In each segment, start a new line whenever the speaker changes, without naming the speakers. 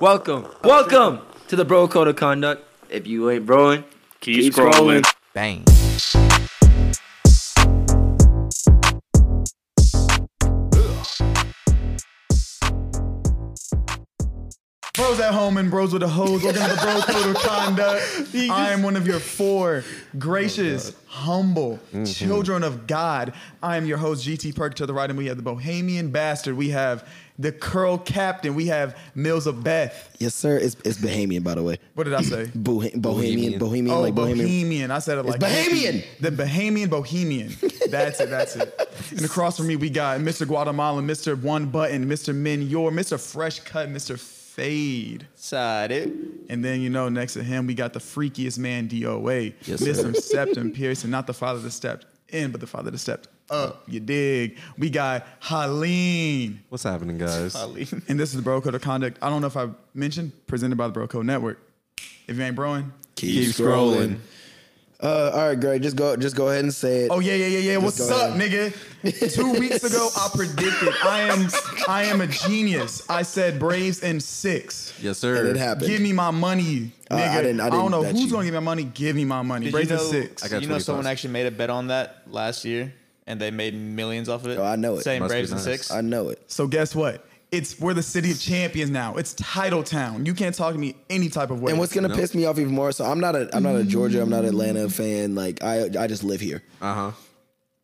Welcome, welcome to the Bro Code of Conduct. If you ain't broing,
Keep,
Keep
scrolling.
scrolling.
Bang.
Bros at home and bros with a hose. Welcome to the Bro Code of Conduct. I am one of your four gracious, humble children of God. I am your host, GT Perk. To the right, and we have the Bohemian Bastard. We have the Curl Captain. We have Mills of Beth.
Yes, sir. It's it's Bahamian, by the way.
What did I say?
Bohe- Bohemian,
Bohemian.
Bohemian,
oh,
like
Bohemian.
Bohemian.
I said it like
Bahamian.
The Bahamian Bohemian. That's it. That's it. And across from me, we got Mr. Guatemala, Mr. One Button, Mr. Menyor, Mr. Fresh Cut, Mr. Fade.
Side it.
And then you know, next to him, we got the freakiest man, DOA,
Yes, sir.
Mr. Septon Pearson, not the father that stepped in, but the father that stepped up. You dig? We got Haleen,
What's happening, guys?
and this is the Bro Code of Conduct. I don't know if I mentioned, presented by the Bro Code Network. If you ain't broing,
Keep, scrolling. Uh, all right, Greg. Just go. Just go ahead and say it.
Oh yeah, yeah, yeah, yeah. What's
go
up, nigga? Two weeks ago, I predicted I am, I am a genius. I said Braves in six.
Yes, sir.
And it happened.
Give me my money, nigga.
Uh, I didn't- I
don't
didn't
know
bet
who's
you.
gonna give me my money. Give me my money.
Did
Braves
you
in
know,
six.
I got
you know
20
someone
plus.
actually made a bet on that last year and they made millions off of it?
Oh, I know it.
Saying
Must be
Braves and
nice.
six.
I know it.
So guess what? It's we're the city of champions now. It's title town. You can't talk to me any type of way.
And what's gonna piss me off even more? So I'm not a I'm not a Georgia. I'm not an Atlanta fan. Like I I just live here.
Uh huh.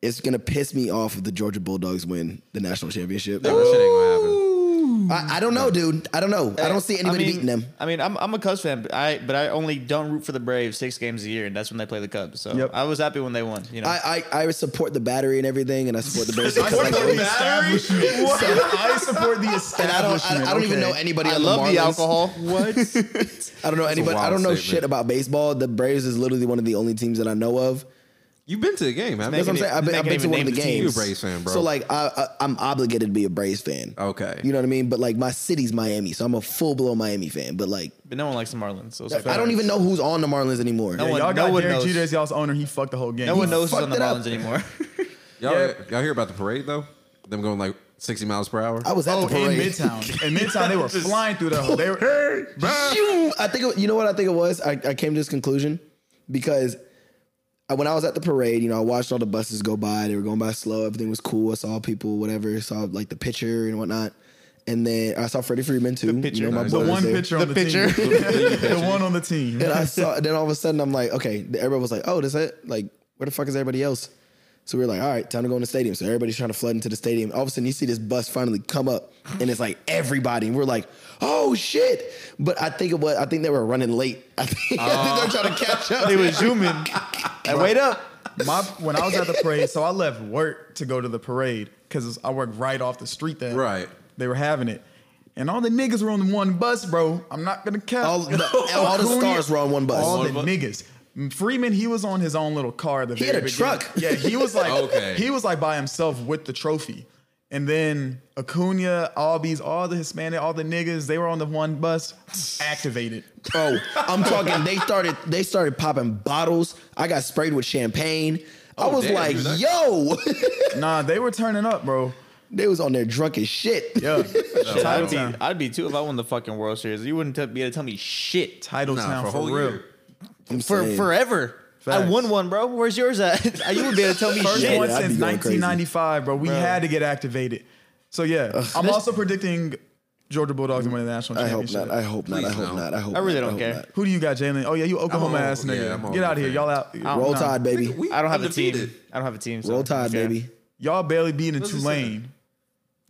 It's gonna piss me off if the Georgia Bulldogs win the national championship.
That shit ain't gonna happen.
I, I don't know, dude. I don't know. I don't see anybody
I mean,
beating them.
I mean, I'm, I'm a Cubs fan, but I but I only don't root for the Braves six games a year, and that's when they play the Cubs. So
Yep.
I was happy when they won. You know,
I, I I support the battery and everything, and I support the Braves. because, like,
the establishment? I support the
and I don't
establishment.
I, I don't even
okay?
know anybody.
I
on
love
the,
the,
Marlins.
alcohol. What?
I don't know anybody. I
wild
don't know
statement.
shit about baseball. The Braves is literally one of the only teams that I know of.
You've been to the game, haven't
That's what I'm
you?
saying. I've been,
they
I've
can't
been to
even
one of the
name the team.
games.
You a Braves fan, bro.
So like, I, I, I'm obligated to be a Braves fan.
Okay.
You know what I mean? But like, my city's Miami, so I'm a full blown Miami fan. But like,
but no one likes the Marlins. So it's fair.
I don't even know who's on the Marlins anymore.
No
Yeah,
one-
y'all got
one
Derek
knows.
Jeter as y'all's owner. He fucked the whole game.
No one knows who's on
fucked
the
it up.
Marlins anymore.
Y'all, y'all hear about the parade though? Them going like sixty miles per hour.
I was at
Oh,
the parade.
in Midtown. In Midtown, they were flying through the. They were.
Phew! I think it- you know what I think it was. I, I came to this conclusion because I, when I was at the parade, you know, I watched all the buses go by. They were going by slow. Everything was cool. I saw people, whatever. Saw like the pitcher and whatnot. And then I saw Freddie Freeman too.
pitcher.
you know, my
Nice.
The
boy was
one
there.
pitcher on the,
The
team. the one on the team.
And I saw. Then all of a sudden, I'm like, okay. Everybody was like, oh, that's it. Like, where the fuck is everybody else? So we were like, all right, time to go in the stadium. So everybody's trying to flood into the stadium. All of a sudden, you see this bus finally come up, and it's like everybody. And we're like, oh shit! But I think it was. I think they were running late. I think, I think they're trying to catch up.
they was zooming. Hey, wait up.
My when I was at the parade, so I left work to go to the parade because I work right off the street there.
Right.
They were having it, and all the niggas were on the one bus, bro. I'm not gonna count.
All the, all the
Acuna-
stars were on one bus.
Oh. all the niggas. Freeman, he was on his own little car. The
He had
very
a
beginning.
truck.
Yeah, he was like
Okay.
he was like by himself with the trophy. And then Acuna, Albies, all the Hispanic, all the niggas, they were on the one bus, activated.
Bro, I'm talking. They started. They started popping bottles. I got sprayed with champagne. I was
damn,
like,
dude, that-
yo,
Nah, they were turning up, bro.
they was on there drunk as shit.
Yeah, title
I'd be,
town,
I'd be too if I won the fucking World Series. You wouldn't t- be able to tell me shit
title
Nah,
town
for
for,
a whole
real.
year.
I'm
for
saying.
forever. I
Facts.
won one, bro. Where's yours at? you would be able to tell me
First
shit.
one
Yeah, I'd
since
be going crazy.
1995, bro. We had to get activated. So yeah, I'm also predicting Georgia Bulldogs to win the national
I hope
championship.
not. I hope not. I
Please
hope
no.
not. I hope.
I really
not,
don't
hope
care.
not.
Who do you got, Jalen? Oh yeah, you Oklahoma
I'm a-
ass
yeah,
nigga.
I'm a
get out of here,
fan.
y'all out.
Roll
Nah.
Tide, baby.
We
I don't have a
undefeated.
team. I don't have a team. so
Roll
I'm
Tide,
fair.
baby.
Y'all barely beating
What's this
Tulane.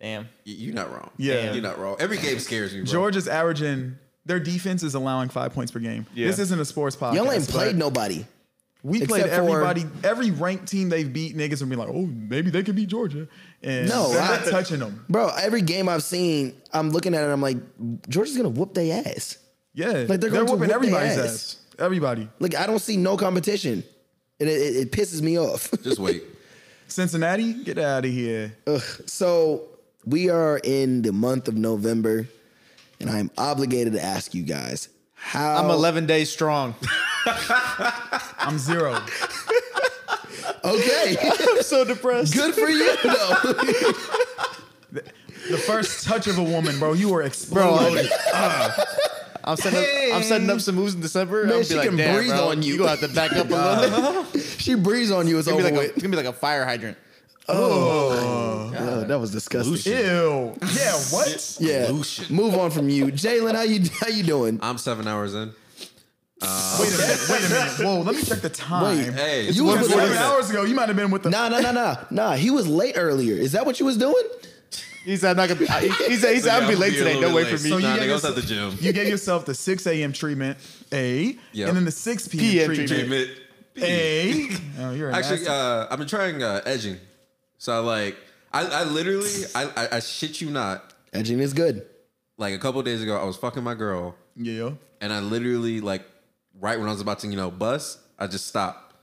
Damn.
Y- You're not wrong.
Yeah.
You're not wrong. Every game scares me, bro.
Georgia's averaging their defense is allowing five points per game. This isn't a sports podcast.
Y'all ain't
but
played nobody.
We played
except for-
everybody, every ranked team they've beat. Niggas would be like, oh, maybe they could beat Georgia. And
No,
they're not
I-
touching them.
Bro, every game I've seen, I'm looking at it. I'm like, Georgia's gonna whoop their ass.
Yeah,
Like, they're going to
whooping
whoop their
everybody's
ass.
ass. Everybody.
Like I don't see no competition, and it, it, it pisses me off.
Just wait.
Cincinnati, get out of here.
so we are in the month of November, and I am obligated to ask you guys how
I'm 11 days strong.
I'm zero.
Okay,
I'm so depressed.
good for you though.
The first touch of a woman, bro, you were
Bro,
exploded.
I'm setting, up, I'm setting up some moves in December.
Man,
I'm
she
be like,
can
damn,
breathe
bro,
on you."
You gonna have to back up a little bit.
she breathes on you. It's
It's gonna,
over
be like a,
with.
it's gonna be like a fire hydrant.
Oh, that was disgusting.
Ew. Yeah, what?
Yeah,
Pollution.
move on from you, Jalen. How you how you doing?
I'm seven hours in.
Wait a minute. Wait a minute. Whoa, let me check the time.
Wait.
Hey,
You
Because
was
seven
late.
hours ago, you might have been with the.
Nah, nah, nah, nah, nah. He was late earlier. Is that what you was doing?
He said, I'm not gonna be, I- he said, he said, I'm gonna be late today. Don't wait for me.
So you
nah,
gave
nigga, I was
yourself-
at the gym.
You gave yourself the 6 a.m. treatment, A,
Yep.
and then the 6 p.m.
PM
treatment,
treatment.
Treatment.
A. Oh, you're an
Actually,
asshole.
uh, I've been trying uh, edging. So I like, I, I literally, I, I, I shit you not.
Edging is good.
Like a couple days ago, I was fucking my girl,
yeah.
and I literally like, right when I was about to, you know, bust, I just stopped.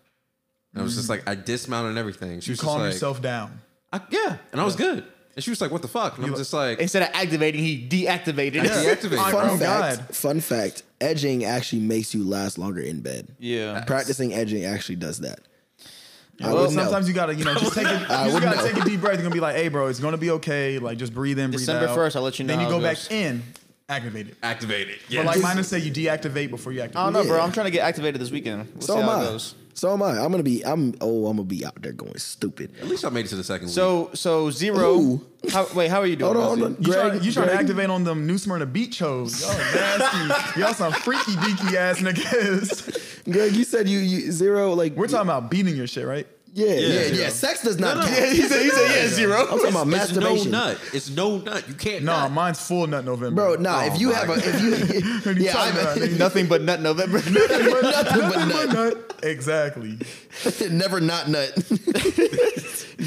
And I was just like, I dismounted and everything. She
You
was just
calm
like,
yourself down.
I, yeah, and I was good. And she was like, "What the fuck?" And I'm just like,
Instead of activating, he deactivated.
Yeah. Deactivate.
I-
Fun
oh,
fact.
God.
Fun fact. Edging actually makes you last longer in bed.
Yeah.
Practicing edging actually does that. I
Well,
would know.
sometimes you gotta, you know, just take a, you just
would
gotta
know.
take a deep breath. You're gonna be like, "Hey, bro, it's gonna be okay. Like, just breathe in, breathe
December
out."
1st, I'll let you know
Then you
how
go
it
back
goes.
in, activate it.
"Activate it." Yeah,
But like Minus said, you deactivate before you activate.
I don't know, bro.
Yeah.
I'm trying to get activated this weekend. We'll
So
see
am
how it
I.
goes.
So am I. I'm gonna be. I'm. Oh, I'm gonna be out there going stupid.
at least I made it to the second. week.
So, so zero.
Ooh.
How, wait, how are Oh, you doing?
Hold on,
Rosie?
hold on.
You trying,
Greg-
you trying to
Greg-
activate on them New Smyrna Beach hoes? Y'all nasty. Y'all some freaky deaky ass niggas.
Greg, you said you, you zero. Like
We're talking about beating your shit, right?
Yeah, yeah, yeah.
zero.
Sex does not. count.
Yeah, he said, he said, yeah,
I'm
zero.
talking about
it's no
masturbation.
nut. It's no nut. You can't.
No,
nut.
mine's full nut November.
Bro, nah. if you
my
have a, if you,
What are you
yeah,
talking about,
I'm,
nigga?
Nothing but nut November.
Nothing
but
but Oh. nut. Exactly.
never not nut.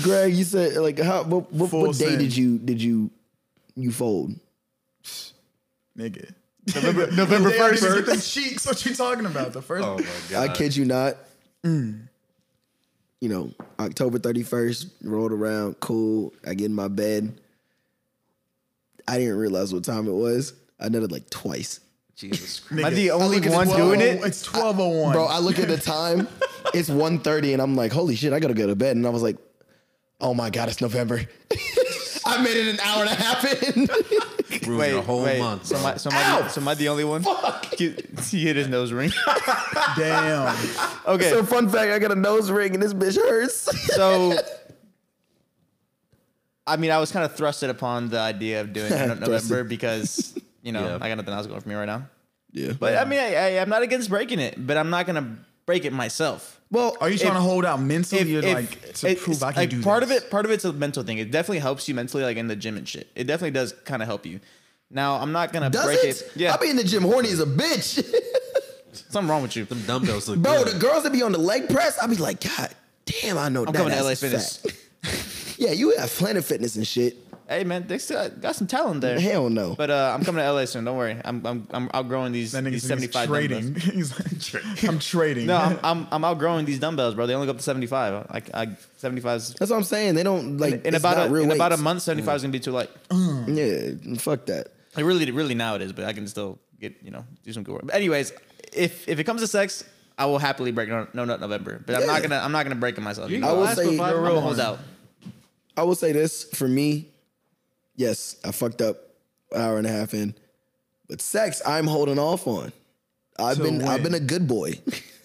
Greg, you said like how? What, what,
Full
what day
send.
did you did you you fold?
Nigga.
November, November
They already
1st.
get them cheeks. What you talking about? The first.
Oh my
I
god.
kid you not. Mm. You know, October 31st rolled around. Cool. I get in my bed. I didn't realize what time it was. I nutted like twice.
Jesus Christ.
Nigga,
Am I the
I
only
look at
one
it's 12
doing it?
It's 1201.
Bro, I look at the time. it's 1.30 and I'm like, holy shit, I gotta go to bed. And I was like, oh my God, it's November. I made it an hour and a half in.
Ruined
Wait,
a whole
wait.
month.
So,
bro.
am I, so, am I the, so am I the only one? He, he hit his nose ring.
Damn.
Okay,
so fun fact, I got a nose ring and this bitch hurts.
so I mean, I was kind of thrusted upon the idea of doing it in November
Thrusted.
because you know
Yeah.
I got nothing else going for me right now.
yeah.
But I mean, I, I, I'm not against breaking it, but I'm not gonna break it myself.
well,
Are you trying to hold out mentally? You're like to
it-
prove I can
like,
do
part
this.
of it part of it's a mental thing it definitely helps you mentally like in the gym and shit it definitely does kind of help you now i'm not gonna
does
break
it?
it yeah
I be in the gym horny as a bitch.
something wrong with you
Them dumbbells look
Bro,
good.
the girls that be on the leg press, I be like, God damn, I know
i'm
that
coming to
ass
la
is
fitness
fat. yeah, you have Planet Fitness and shit.
hey man they still got some talent there
Hell no.
but uh, i'm coming to la soon don't worry i'm i'm, I'm outgrowing these,
That
these
nigga's he's
75
trading.
dumbbells
He's like, I'm trading.
no I'm, I'm i'm outgrowing these dumbbells bro they only go up to 75 like I, 75
That's what I'm saying. They don't like
in
it's not
about a,
real
in about a
weights.
month 75 is gonna be too light
Yeah, fuck that.
It really, really now it is, but I can still get you know do some good work. But anyways, if if it comes to sex, I will happily break no no nut November, but I'm
Yeah.
not gonna I'm not gonna break it myself. You
I will
know?
say-
I'm
you're a
gonna hold out.
I will say this for me, yes, I fucked up an hour and a half in, but sex I'm holding off on. I've
So
been I've
when?
been a good boy.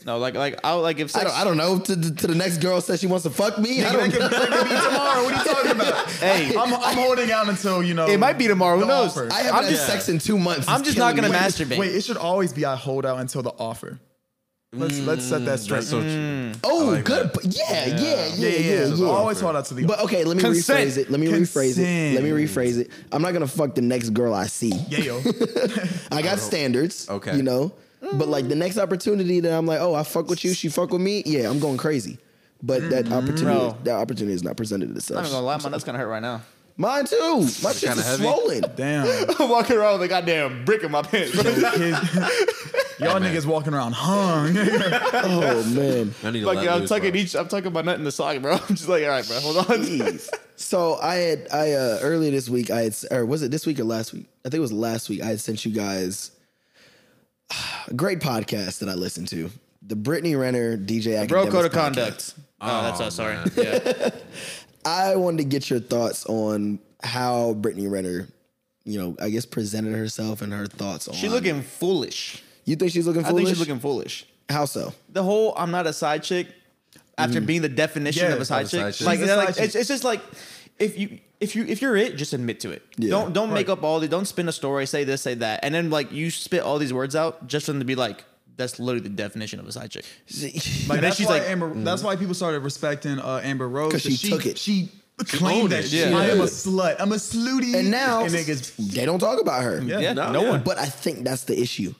No, like like I'll like if
I
sex.
don't I don't know to the, to the next girl says she wants to fuck me. I
That
don't
could,
know.
that could be tomorrow. What are you talking about?
Hey.
I'm, I'm holding out until you know.
It might be tomorrow. Who
the
knows?
offer.
I haven't
I'm
had
just-
sex in two months.
I'm
It's
just not
killing
gonna
me.
masturbate.
Wait, it should always be I hold out until the offer. Let's let's set that straight.
That's so true.
Oh,
like
good. Yeah, yeah, yeah, yeah,
yeah, yeah, yeah.
yeah.
Always hold out to the
But
offer.
okay, let me
Consent.
rephrase it. Let me rephrase it. Let me rephrase it. I'm not gonna fuck the next girl I see.
Yeah, yo.
I got standards.
Okay.
You know? But like the next opportunity that I'm like, oh, I fuck with you, she fuck with me, yeah, I'm going crazy. But that opportunity
Bro.
that opportunity is not presented
I'm
itself.
Mm. not gonna lie, my nuts kind of hurt right now.
Mine too. My shit's
kinda
is
heavy.
swollen.
Damn.
I'm walking around with a goddamn brick in my pants. bro.
Kids- Y'all niggas walking around hung.
Oh man.
I need to
Fucking,
let
I'm
loose,
tucking
bro.
each. I'm tucking my nut in the sock, bro. I'm just like, all right, bro, hold on.
Jeez. So I had I uh earlier this week I had or was it this week or last week? I think it was last week I had sent you guys a great podcast that I listened to. The Brittany Renner DJ Academics
Bro, code of
podcast.
conduct. Oh, that's us. Sorry.
man.
Yeah.
I wanted to get your thoughts on how Brittany Renner, you know, I guess presented herself and her thoughts on.
She looking foolish.
You think she's looking
I
foolish?
think she's looking foolish.
how so?
The whole I'm not a side chick after being the definition
Yeah,
of a side
a
chick.
side chick.
Like,
She's a
they're
side
like,
chick.
It's, it's just like if you if you if you're it, just admit to it.
Yeah.
Don't don't make
Right.
up all the don't spin a story, say this, say that. And then like you spit all these words out just for them to be like, that's literally the definition of a side chick.
Like
then
that's
she's
why
like- mm.
Amber. That's why people started respecting uh, Amber Rose
'Cause she took it.
She claimed
owned
that.
it,
shit.
yeah.
I am a slut. I'm a slutty.
And now
and niggas.
they don't talk about her.
Yeah.
Yeah.
No,
no
yeah.
one.
But I think that's the issue.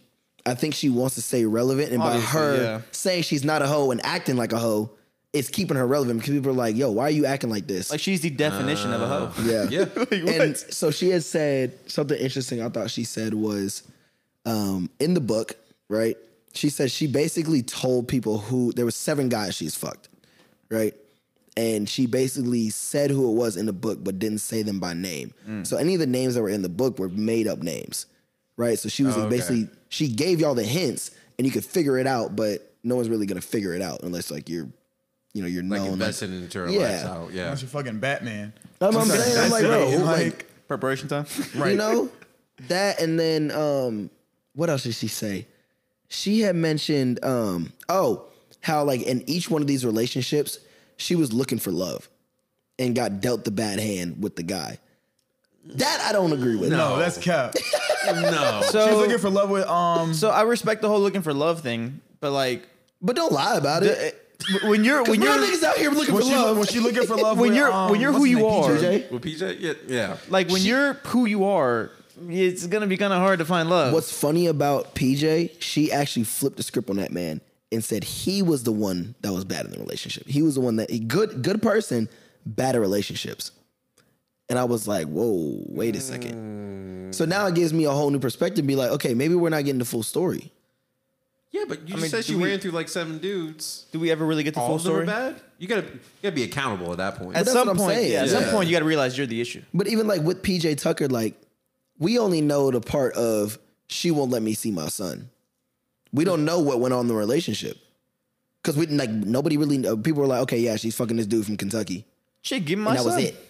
I think she wants to stay relevant, and by
Obviously,
her
yeah.
saying she's not a hoe and acting like a hoe, it's keeping her relevant because people are like, "Yo, why are you acting like this?"
Like she's the definition of a hoe.
yeah,
Yeah.
and so she had said something interesting. I thought she said was um, in the book, right? She said she basically told people who there were seven guys she's fucked, right? And she basically said who it was in the book, but didn't say them by name.
Mm.
So any of the names that were in the book were made up names, right? So she was like,
Oh, okay.
basically she gave y'all the hints, and you could figure it out, but no one's really gonna figure it out unless like you're, you know, you're
Like
known. Like,
invested into her
Yeah.
lifestyle. Yeah.
That's your fucking Batman.
I'm, I'm saying, I'm like, bro,
it.
who,
Like,
like
Preparation time.
You know? That and then um what else did she say? She had mentioned um oh, how like in each one of these relationships, she was looking for love and got dealt the bad hand with the guy. That I don't agree with.
No, that's cap. She
No.
So
was looking for love with um.
So I respect the whole looking for love thing, but like
But don't lie about it.
when you're when
When
you're
niggas out here looking
Was
for
she,
love.
was she looking for love
When
with,
you're-
um,
when you're who
what's his
you
name,
are.
PJ?
With PJ, yeah, yeah.
like when you're who you are, it's gonna be kind of hard to find love.
What's funny about PJ, she actually flipped the script on that man and said he was the one that was bad in the relationship. He was the one that he good good person, bad at relationships. And I was like, whoa, wait a second. So now it gives me a whole new perspective. Be like, okay, maybe we're not getting the full story.
Yeah, but you
mean,
said
do
she
we-
ran through like seven dudes.
do we ever really get the
All
full
of them are
story?
bad. You gotta, you gotta be accountable at that point.
At
that's
some
what I'm
point,
saying.
yeah, at some
Yeah.
point you gotta realize you're the issue.
But even like with PJ Tucker, like we only know the part of she won't let me see my son. We don't know what went on in the relationship because we like nobody really. uh, People were like, okay, yeah, she's fucking this dude from Kentucky.
Shit, give me my
and that
son.
was it.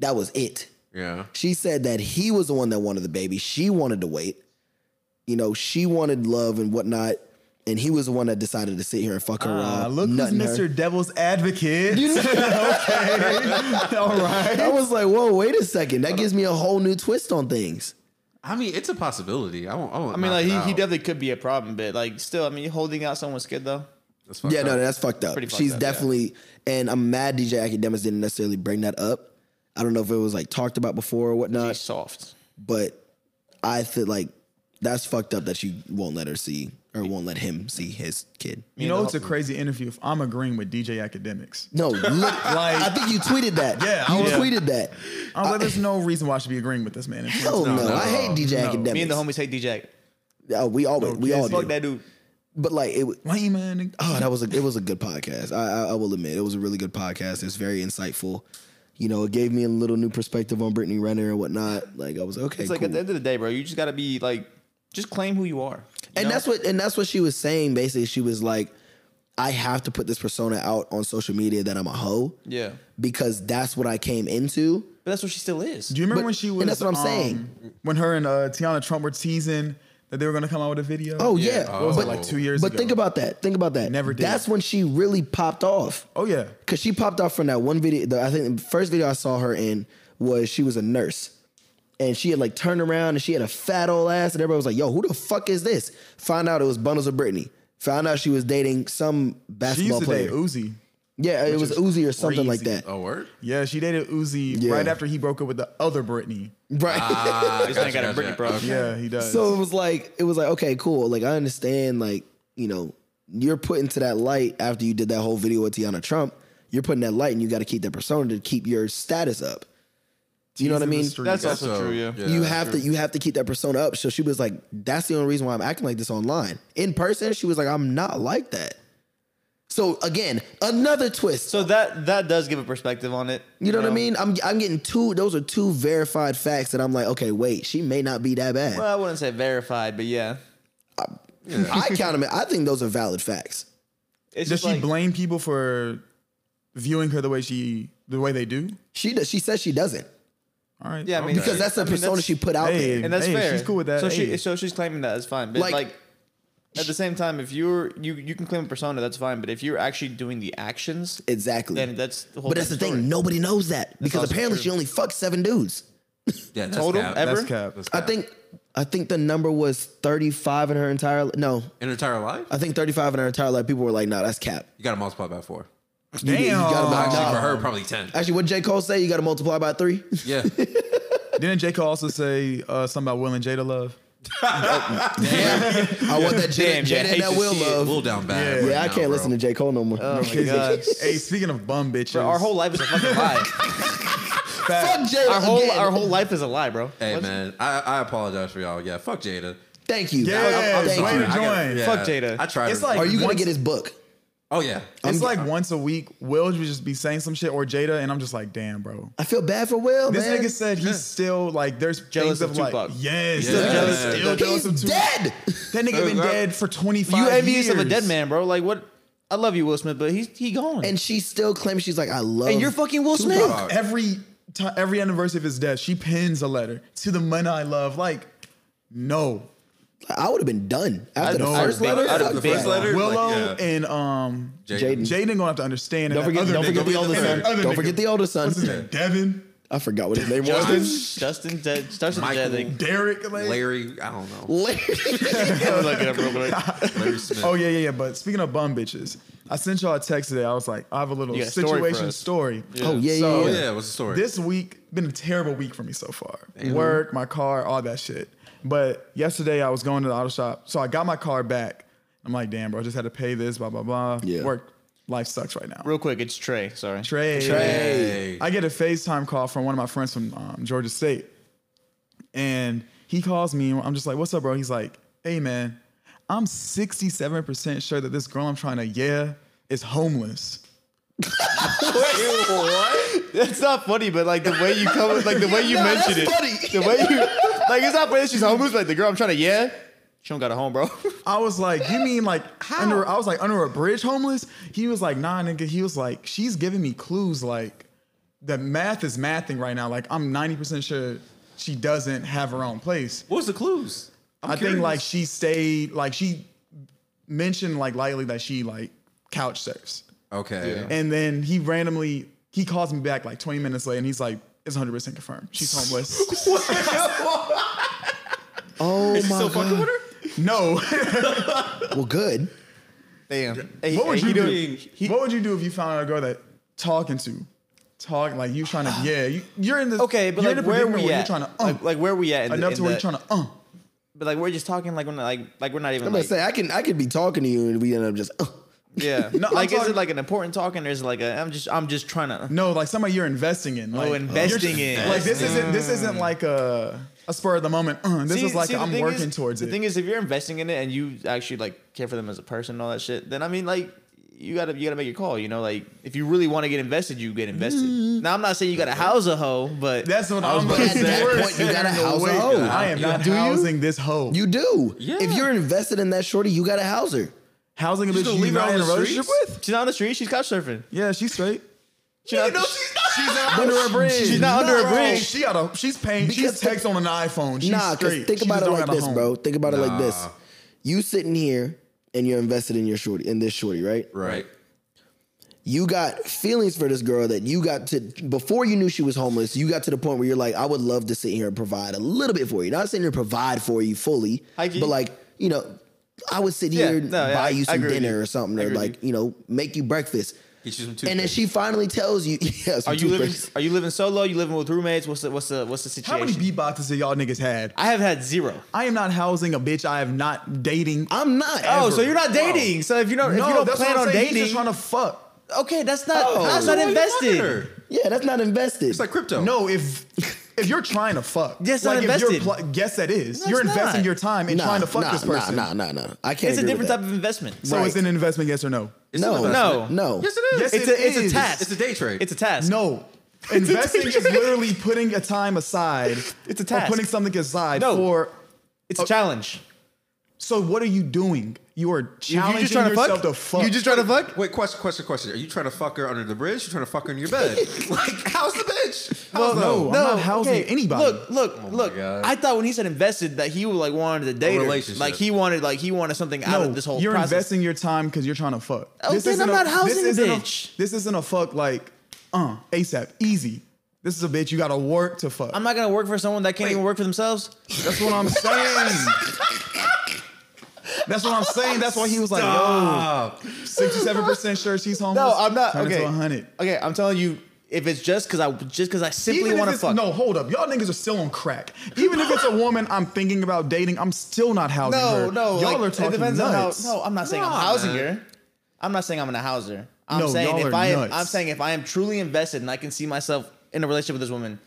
That was it.
yeah.
She said that he was the one that wanted the baby. She wanted to wait. You know, she wanted love and whatnot, and he was the one that decided to sit here and fuck her
Uh,
raw.
look who's
nutting
Mr.
her.
Devil's Advocate. okay. All right.
I was like, whoa, wait a second. That gives me a whole new twist on things.
I mean, it's a possibility. I won't. I, won't
I mean,
knock
like
it
he, he
out.
definitely could be a problem, but like still, I mean, holding out someone's kid though.
That's fucked
yeah, no,
up.
that's fucked up.
Pretty fucked
She's
up, yeah.
definitely, and I'm mad DJ Academics didn't necessarily bring that up. I don't know if it was like talked about before or whatnot,
He's soft.
but I feel like that's fucked up that you won't let her see or won't let him see his kid.
You know, it's a crazy interview if I'm agreeing with DJ Academics.
No, look, I think you tweeted that.
Yeah, I
you
was-
tweeted that.
I'm like, Uh, there's no reason why I should be agreeing with this man. in
Hell
terms
no,
of-
I hate DJ academics.
Me and the homies hate DJ.
Oh, we all we all
Fuck
do.
that dude.
But like it, w-
Lame man.
oh, that was a it was a good podcast. I, I I will admit it was a really good podcast. It's very insightful. You know, it gave me a little new perspective on Brittany Renner and whatnot. Like I was okay,
It's like
cool.
at the end of the day, bro, you just gotta be like, just claim who you are. You
and
know?
that's what and that's what she was saying. Basically, she was like, I have to put this persona out on social media that I'm a hoe
yeah,
because that's what I came into.
but that's what she still is.
Do you remember
But-
when she
and
was?
that's what I'm saying.
um, When her and uh, Tiana Trump were teasing that they were going to come out with a video.
Oh yeah,
What was it,
but
like two years
But
ago.
think about that. Think about that.
Never did.
That's when she really popped off.
Oh yeah.
Cause she popped off from that one video. The, I think the first video I saw her in was she was a nurse, and she had like turned around and she had a fat old ass, and everybody was like, "Yo, who the fuck is this?" Found out it was Bundles of Brittany. Found out she was dating some
She
basketball
used to
player.
date Uzi.
yeah, it was Uzi or something like
crazy.
that.
Oh word.
Yeah, she dated Uzi
Yeah.
right after he broke up with the other Britney.
Right.
Ah,
This man got a Britney problem.
Yeah, he does.
so it was like it was like okay, cool. Like I understand. Like you know, you're put into that light after you did that whole video with Tiana Trump. You're putting that light, and you got to keep that persona to keep your status up. Do you know what
He's in
I
the
mean?
street.
That's
That's
also true. Yeah.
you have to you have to keep that persona up. So she was like, that's the only reason why I'm acting like this online. In person, she was like, I'm not like that. So again, another twist.
So um, that that does give a perspective on it.
you know what I mean? I'm I'm getting two. Those are two verified facts that I'm like, okay, wait, she may not be that bad.
Well, I wouldn't say verified, but yeah.
I count them. I think those are valid facts.
It's
Does
just
she
like,
blame people for viewing her the way she the way they do?
She does. She says she doesn't.
All right.
Yeah, I mean,
because that's the
I mean,
persona
that's-
she put out
Hey,
there.
and that's
hey,
fair.
she's cool with that.
So she
Hey.
so she's claiming that as fine, but
Like-
like, at the same time, if you're you you can claim a persona, that's fine. But if you're actually doing the actions,
Exactly.
then that's the whole.
but that's the
different
thing. Nobody knows that because
also
apparently
true.
she only fucked seven dudes.
Yeah, that's
Total,
cap.
ever?
That's cap. That's
I
cap.
think I think the number was 35 in her entire li- no,
in her entire life,
I think 35 in her entire life people were like, "Nah, that's cap."
you got to multiply by four.
You, you gotta
Damn.
knock
Actually,
it
for
off.
her, probably ten.
Actually, what J. Cole say? You got to multiply by three.
Yeah,
Didn't J. Cole also say uh, something about Will and Jay to love?
I want that J.
Damn,
J.
yeah,
J-
hate
that
to
will
see it.
love.
Will down bad.
Yeah.
right
Yeah, I
now,
can't
bro.
listen to J. Cole no more.
Oh my god!
hey, speaking of bum bitches,
Bro, our whole life is a fucking lie.
Fuck Jada.
Our whole
again.
our whole life is a lie, bro.
Hey
What's-
man, I, I apologize for y'all. Yeah, fuck Jada.
Thank you.
Yeah,
I- I-
way
thank
to
you.
I gotta-
join.
yeah,
Fuck Jada.
I tried.
It's
it.
like-
Are you gonna
Once-
get his book?
oh yeah,
it's
I'm-
like once a week, Will would just be saying some shit or Jada, and I'm just like, damn, bro.
Oh,
I feel bad for Will,
This
man.
nigga said he's still like there's
Jealous
things
of
like
Tupac.
yes,
Yeah.
he's
Jealous of
still jealous of
He's
Tupac.
dead.
That nigga been
Uh,
dead for 25
You
years.
envious of a dead man, bro. Like what? I love you, Will Smith, but he's he gone.
And she still claims she's like, I love.
And you're fucking Will
Tupac.
Smith.
Fuck.
Every ti- every anniversary of his death, she pins a letter to the man I love. Like, no,
I would have been done after the
know. I'd
first
be-
letter.
I'd
fuck
have been
that.
first letter. like,
Willow
yeah.
and um
Jaden.
Jaden gonna have to understand. and
Don't
that
forget,
other
don't
nigga-
forget the older
and
son.
that other
Don't
nigga-
forget the older son.
What's his name? Devin,
I forgot what his name
Justin,
was.
Justin, Justin, Justin,
Michael.
Justin.
Derek, like,
Larry. I don't know.
Justin.
Larry Smith.
Oh yeah, yeah, yeah. But speaking of bum bitches, I sent y'all a text today. I was like, I have a little
You got a story for
situation
us.
story.
Oh yeah, yeah,
So-
yeah.
yeah. What's the story?
This week been a terrible week for me so far. Work, my car, all that shit. But yesterday I was going to the auto shop, so I got my car back. I'm like, damn, bro, I just had to pay this, blah blah blah.
Yeah.
Work, life sucks right now.
Real quick, it's Trey. Sorry.
Trey.
Hey.
I get a FaceTime call from one of my friends from um, Georgia State. And he calls me. and I'm just like, what's up, bro? He's like, hey, man, I'm 67% sure that this girl I'm trying to, yeah, is homeless.
That's not funny, but like the way you come, like the way you
Nah,
mention
that's
it,
funny.
the way you, like it's not funny. that She's homeless. Like the girl I'm trying to, yeah, she don't got a home, bro.
I was like, you mean like under, I was like, under a bridge homeless? He was like, nah, nigga. He was like, she's giving me clues like the math is mathing right now. Like, I'm 90% sure she doesn't have her own place.
What was the clues?
i
I'm
think
curious.
like she stayed, like she mentioned like lightly that she like couch surfs,
Okay.
and then he randomly he calls me back like 20 minutes later, and he's like, "It's 100 percent confirmed. She's homeless."
Oh my god.
no,
Well, good.
Damn.
what would you
he
do?
doing- he-
what would you do if you found out a girl that talking to, talk like you trying to yeah, you, you're in this
okay, but
you're in
like
a
where
predicament
we
you're
at?
trying to uh,
like, like where we at? In the-
enough
in
to where
the-
you're trying to uh.
But like we're just talking like we're not like like we're not even
I'm
like
gonna say I can I could be talking to you and we end up just. uh,
yeah.
No, I'm
like is
talking-
it like an important talking or is it like a I'm just I'm just trying to
No, like somebody you're investing in. Like, you're-
Oh, investing in. Mm.
Like this isn't this isn't like a a spur of the moment. Uh, this
See-
is like
see, the
I'm
thing
working
is-
towards
The
it.
thing is, if you're investing in it and you actually like care for them as a person and all that shit, then I mean, like, you gotta you gotta make your call. You know, like if you really want to get invested, you get invested.
Mm-hmm.
Now I'm not saying you gotta house a hoe, but
That's what I'm
about
gonna
to
say.
say. At that
We're
point, you gotta
staring
house a
away.
hoe.
I am not
Do you?
housing this hoe.
You do.
Yeah.
If you're invested in that shorty, you got to house her.
housing a
You
bitch
gonna
you
leave her
not
on
in a
the
relationship
streets?
with?
she's not on the street. She's couch surfing.
Yeah, she's straight.
She not, she's not.
Under a bridge.
She's not under a
Bro,
bridge.
She got a. She's paying.
Because
She's text on an iPhone. She's
nah, because
straight.
think
She
about
just
it
don't
like
have a
this,
home.
bro. Think about it like this.
Nah.
You sitting here and you're invested in your shorty, in this shorty, right?
Right.
You got feelings for this girl that you got to before you knew she was homeless. You got to the point where you're like, I would love to sit here and provide a little bit for you. Not sitting here provide for you fully,
High key.
but like you know, I would sit
Yeah,
here
no, yeah,
buy
I-
you
I
some
agree with
dinner
you.
or something,
I
or
agree with
like you know, make you breakfast.
Get you some
And then
toothpaste.
she finally tells you, yeah, some
Are you living?
toothpaste.
Are you living solo? You living with roommates? What's the what's the what's the
How many
situation?
beatboxes have y'all niggas had?
I have had zero.
I am not housing a bitch. I am not dating.
I'm not.
Oh,
Ever.
so you're not dating. So if you don't if you don't
that's
plan
what I'm
on
saying.
dating,
He's just trying to fuck.
okay, that's not
Oh.
that's not
Why you
invested.
bother?
yeah, that's not invested.
It's like crypto.
No, if if you're trying to fuck,
Yes,
like
I'm
if you're
invested.
pl- yes, that is.
No,
you're
it's
investing
not.
your time in
Nah,
trying to fuck
nah,
this person.
Nah, nah, nah, nah. I can't.
It's a
agree with
different
that.
type of investment.
So
Right.
it's an investment, yes or no?
It's
No.
an investment.
No.
Yes, it is.
Yes,
It's
it
a it's
is.
a task.
It's a day trade.
It's a task.
No. Investing is literally putting a time aside.
It's a
or
task.
putting something aside
No.
for
It's a challenge.
So what are you doing? You are challenging
just trying to
yourself
fuck?
to fuck.
You just trying to fuck?
Wait, question, question, question. Are you trying to fuck her under the bridge? You trying to fuck her in your bed? like, how's the bitch? How's
no,
the-
I'm not housing anybody.
Look, look, look.
God.
I thought when he said invested that he like wanted to date her.
relationship.
Like he wanted, like he wanted something out
no,
of this whole
you're
process.
investing your time because you're trying to fuck.
Oh, then
isn't
I'm not housing the
isn't
bitch.
A, this isn't a fuck like uh ASAP easy. This is a bitch you got to work to fuck.
I'm not gonna work for someone that can't even work for themselves.
That's what I'm saying. That's what I'm saying. That's why he was like, yo, 67% sure she's homeless.
No, I'm not.
Turn it
okay,
to 100.
okay, I'm telling you, if it's just because I just because I simply
Even if
want to
it's-
fuck.
No, hold up. Y'all niggas are still on crack. Even if it's a woman I'm thinking about dating, I'm still not housing
no,
her.
no.
Y'all
like,
are talking
it depends
nuts.
on how. No, I'm not saying
Nah,
I'm housing
man.
her. I'm not saying I'm gonna house her. I'm
No,
saying
y'all
if
are
I am,
nuts.
I'm saying if I am truly invested and I can see myself in a relationship with this woman,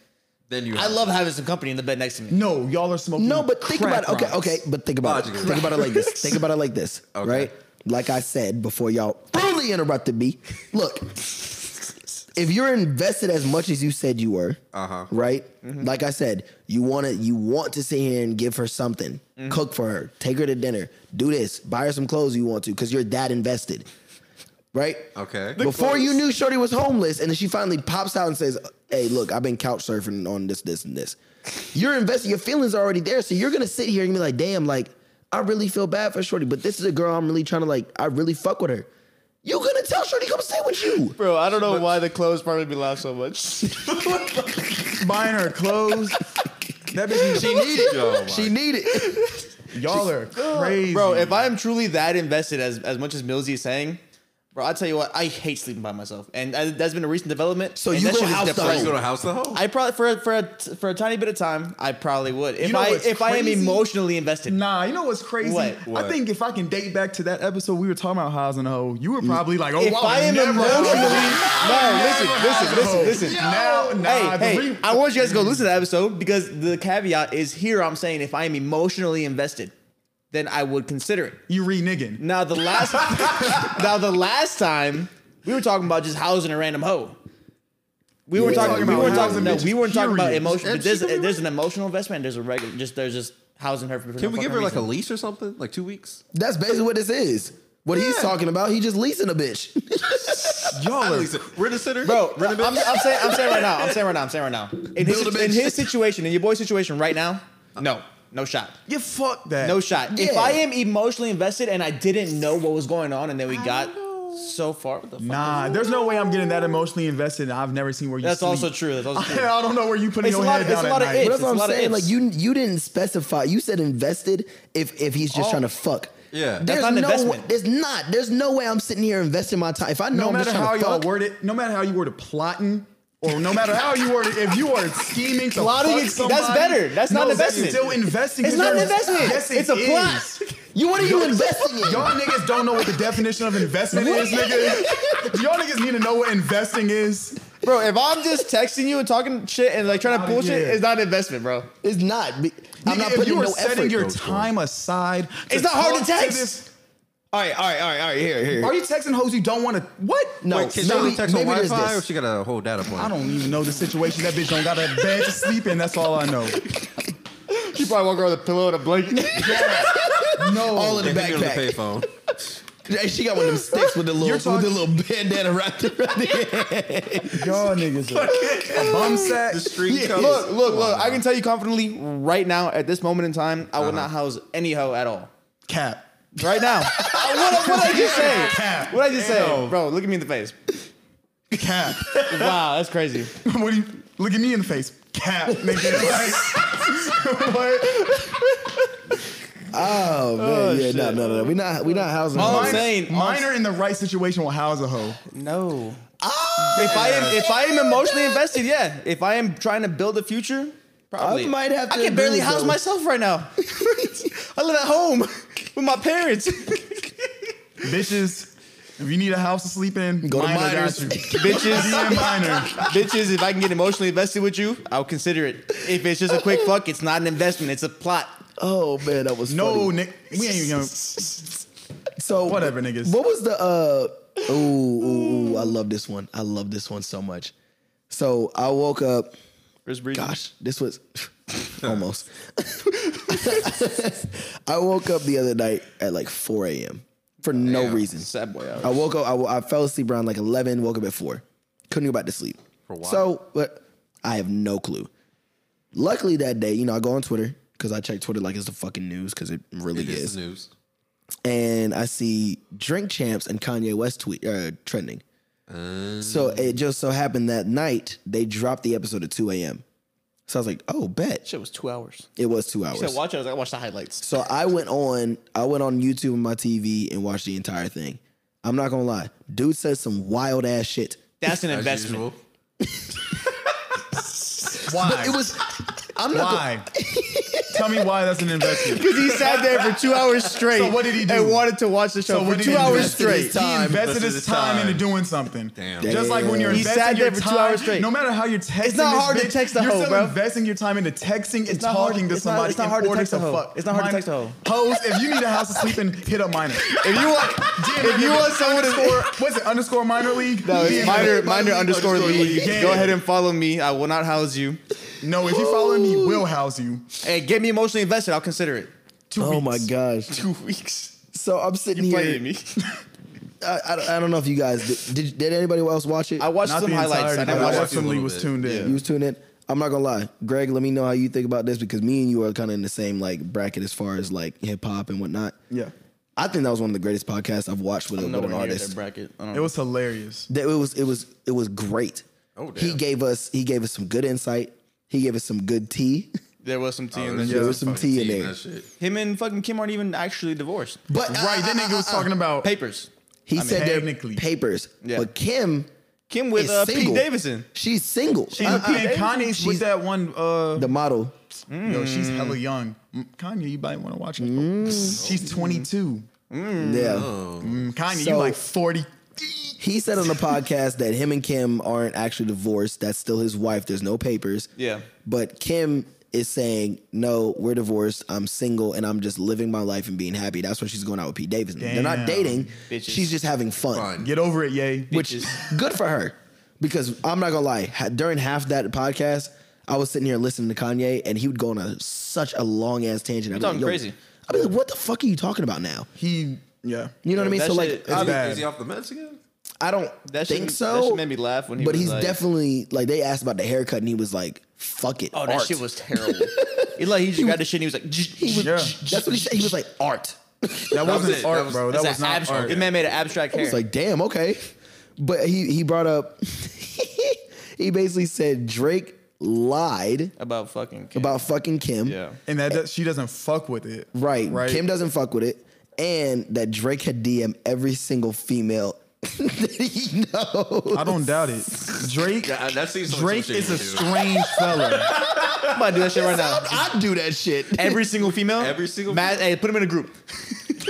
Then you.
I love having some company in the bed next to me.
No, y'all are smoking.
No, but think
crack
about it. Okay,
rocks.
okay, but think about it.
Logically.
Think about it like this. Think about it like this.
Okay.
Right? Like I said before y'all really interrupted me. Look, if you're invested as much as you said you were,
Uh-huh.
right? Like I said, you want to you want to sit here and give her something,
Mm-hmm.
cook for her, take her to dinner, do this, buy her some clothes you want to, because you're that invested, right?
Uh-huh. Okay.
Before you knew Shorty was homeless, and then she finally pops out and says, "Hey, look, I've been couch surfing on this, this, and this." You're invested. Your feelings are already there, so you're gonna sit here and be like, "Damn, like I really feel bad for Shorty, but this is a girl I'm really trying to like. I really fuck with her." You're gonna tell Shorty come stay with you.
Bro, I don't know why the clothes probably be loud so much.
Buying her clothes. That bitch,
She needed you.
She needed.
y'all are crazy.
Bro, if I am truly that invested as as much as Millsy is saying, bro, I tell you what, I hate sleeping by myself, and uh, that's been a recent development.
So
and
you
that
go
shit is
house the
depressing.
You go to house the hoe?
I probably for a- for a, t- for a tiny bit of time, I probably would if
know
I
what's
if I am
crazy?
emotionally invested.
Nah, you know what's crazy?
What?
What?
I think if I can date back to that episode we were talking about hoes and hoe, you were probably like, oh,
If
wow,
I am
never
emotionally,
hoes.
no, listen, listen, listen, listen.
Now, nah, the
hey, hey,
re-
I want you guys to go listen to that episode because the caveat is here. I'm saying if I am emotionally invested, then I would consider it.
you re nigging.
Now the last now the last time we were talking about just housing a random hoe. We weren't
Yeah.
talking,
Talking
we
about
weren't talking
housing
no,
bitches,
we weren't talking about
period.
emotion. But
And
there's
she could be
there's an emotional investment. There's a regular just there's just housing her for.
Can we give her like a leash or something? Like two weeks?
That's basically what this is. What he's
Yeah.
talking about, he just leasing a bitch.
Y'all are. Rent a sitter?
bro? I'm, I'm saying I'm saying right now. I'm saying right now. I'm saying right now. In his,
Build a bitch.
in his situation, in your boy's situation right now, no, no shot.
You fuck that.
No shot. If
Yeah.
I am emotionally invested and I didn't know what was going on, and then we got so far, what the fuck?
Nah, there's no way I'm getting that emotionally invested. And I've never seen where you.
That's
sleep.
also true. That's also true.
I, don't know where you putting
It's a
your
lot-
head
it's
down
a
at
lot of
night.
ifs.
But that's
It's a
what
lot
I'm
of
saying.
ifs.
Like you, you didn't specify. You said invested. If if he's just
Oh.
trying to fuck.
Yeah. That's
there's
not an
no. Way,
investment.
there's not. There's no way I'm sitting here investing my time. If I know
No
I'm just
matter
trying
how
to
y'all
fuck,
word it, no matter how you word it, plotting. Or no matter how you word it, if you are scheming to
Plotting
fuck
is- that's
somebody,
better. That's not
no,
an investment.
That's still investing.
It's
'cause
not an
you're-
investment.
Yes, it
It's a plot.
is.
you what are you investing in?
Y'all niggas don't know what the definition of investment is, nigga. Y'all niggas need to know what investing is.
Bro, if I'm just texting you and talking shit and like trying to
Not
bullshit,
again.
it's not an investment, bro.
It's not. be- I'm
Nigga,
not
if you
putting in
are
no
setting
effort.
your
goes for it.
time aside, to
It's not hard to
talk
text.
this-
All right, all right, all right, all right. Here, here.
Are you texting hoes you don't want to? What?
no,
Wait, can she
maybe,
only text on
maybe there's
Wi-Fi, or
this.
she got a whole data point?
I don't even know the situation. That bitch don't got a bed to sleep in. That's all I know.
She probably walk around with a pillow and a blanket.
No,
All in the
Yeah, give me the
backpack.
payphone.
Hey, She got one of them sticks with the little
You're
with the
talking-
little bandana wrapped around the
y'all niggas are a bum sack.
The street code.
look, look, look. I can tell you confidently right now, at this moment in time, I
Uh-huh.
would not house any hoe at all.
cap.
Right now. what, what I just say?
Cap.
What I just say?
Ew.
Bro, look at me in the face.
Cap.
Wow, that's crazy.
what do you look at me in the face? Cap, nigga. Like, what?
Oh man, yeah, no, no, no, no. We not we not housing.
Oh,
hoes.
I'm saying- I'm-
mine are in the right situation will house a hoe.
No. Ah. if I am if I am emotionally invested, yeah. If I am trying to build a future, probably
I might have to
I can
agree
barely
with
house
those.
myself right now. I live at home with my parents.
Bitches, if you need a house to sleep in,
Go to
minor
Miners.
got you.
bitches,
DM minor.
bitches. If I can get emotionally invested with you, I'll consider it. If it's just a quick fuck, it's not an investment. It's a plot.
Oh man, that was
No,
funny.
Nick, we ain't even. Gonna,
So
Whatever, niggas.
What was the uh ooh, ooh, ooh, I love this one. I love this one so much. So I woke up
Chris Breezy.
gosh, this was almost. I woke up the other night at like 4 a.m. for no
Damn.
reason.
Sad boy
I
hours.
woke up. I, wo- I fell asleep around like eleven. Woke up at four. Couldn't go back to sleep. For
why?
So, but I have no clue. Luckily that day, you know, I go on Twitter because I check Twitter like it's the fucking news because it really
It
is.
is news.
And I see Drink Champs and Kanye West tweet uh, trending. So
Um.
it just so happened that night they dropped the episode at two a.m. So I was like, oh, bet
Shit was two hours.
it was two hours.
You said watch it. I was like, I watched the highlights.
So I went on, I went on YouTube and my TV and watched the entire thing. I'm not gonna lie, dude said some wild ass shit.
That's an
As
investment.
usual.
Why?
It was, I'm not. Gonna,
why? Tell me why that's an investment.
Because he sat there for two hours straight.
So what did he do?
And wanted to watch the
So
show for
what did
two
he
hours
invest in
straight.
his time? He invested
Invested
his
his
time,
time.
into doing something.
Damn.
Just like when you're
He
investing
sat there
your
for two
time,
hours straight.
No matter how you're texting,
not
this
hard to
bitch,
text a
You're
hoe,
still
bro.
investing your time into texting and
It's not hard-
talking to
it's not-
somebody
it's not
in
hard to
order
text a hoe.
fuck.
It's not hard to
Mine-
text a hoe.
Hoes, if you need a house to sleep in, hit up minor.
If you want, if you want someone to.
Or what's it? Underscore minor league.
No,
Yeah.
it's minor, minor underscore league.
Yeah.
Go ahead and follow me. I will not house you.
No, if you follow me, we'll house you.
And get me emotionally invested. I'll consider it.
Two
oh my
weeks.
gosh.
Two weeks.
So I'm sitting
Playing
here.
me.
I, I, don't- I don't know if you guys did, did. Did anybody else watch it?
I watched
Not
some
the
highlights.
entirety,
I
but
didn't
I
watch
watched
it a
some league
little
was
bit.
tuned
you
in.
was tuned in. I'm not gonna lie, Greg. Let me know how you think about this because me and you are kind of in the same like bracket as far as like hip hop and whatnot.
Yeah.
I think that was one of the greatest podcasts I've watched with, a- with an
Nowhere near
artist.
their bracket. I don't
It was hilarious.
That it was it was it was great.
Oh, damn.
He gave us he gave us some good insight. He gave us some good tea.
There was some tea in
there's
there.
there was some
fucking
tea in
tea in
there.
that shit.
Him and fucking Kim aren't even actually divorced.
But uh,
Right,
uh,
that nigga was talking about
Papers.
he said
technically.
they're papers.
Yeah.
But Kim
Kim with
is
uh,
single.
Pete Davidson.
She's single.
She's
I-
uh,
I-
Kanye's with
she's-
that one. Uh,
the model.
Yo, she's hella young. Mm, Kanye, you might want to watch it. She's 22.
Yeah.
Mm, Kanye, you
So-
like 40.
He said on the podcast that him and Kim aren't actually divorced. That's still his wife. There's no papers.
Yeah.
But Kim is saying, No, we're divorced. I'm single and I'm just living my life and being happy. That's why she's going out with Pete Davidson. They're
Damn.
not dating.
Bitches.
She's just having fun.
Fine.
Get over it, yay.
which is good for her because I'm not gonna lie. ha- During half that podcast, I was sitting here listening to Kanye, and he would go on a such a long ass tangent. I'd be
talking
"Yo,"
crazy.
I'd be like, "What the fuck are you talking about now?"
He, yeah.
You know what I mean?
that
So
shit
like,
is
I,
bad.
Is he off the meds again?
I don't
That shit-
think
that
so.
shit made me laugh when he
But
was
he's
like-
definitely like they asked about the haircut, and he was like, "Fuck it."
Oh, that
art."
shit was terrible. He like he just grabbed the shit and he was like,
He was-
Yeah.
That's what he said. He was like, "Art."
That wasn't
it.
art,
That was-
bro. That
That's
was
an
not
abstract.
art.
This man made an abstract hair.
It's like, damn, okay. But he he brought up. he basically said Drake lied
about fucking Kim.
about fucking Kim.
yeah.
And that, that she doesn't fuck with it.
Right.
Right.
Kim doesn't fuck with it. And that Drake had DM every single female that he knows.
I don't doubt it. Drake
Yeah, Uh, that seems like some
Drake
shit
is
you
a
do.
strange fella.
I'm about to do that shit right now.
I do that shit.
Every single female.
Every single
Ma- Hey, put him in a group.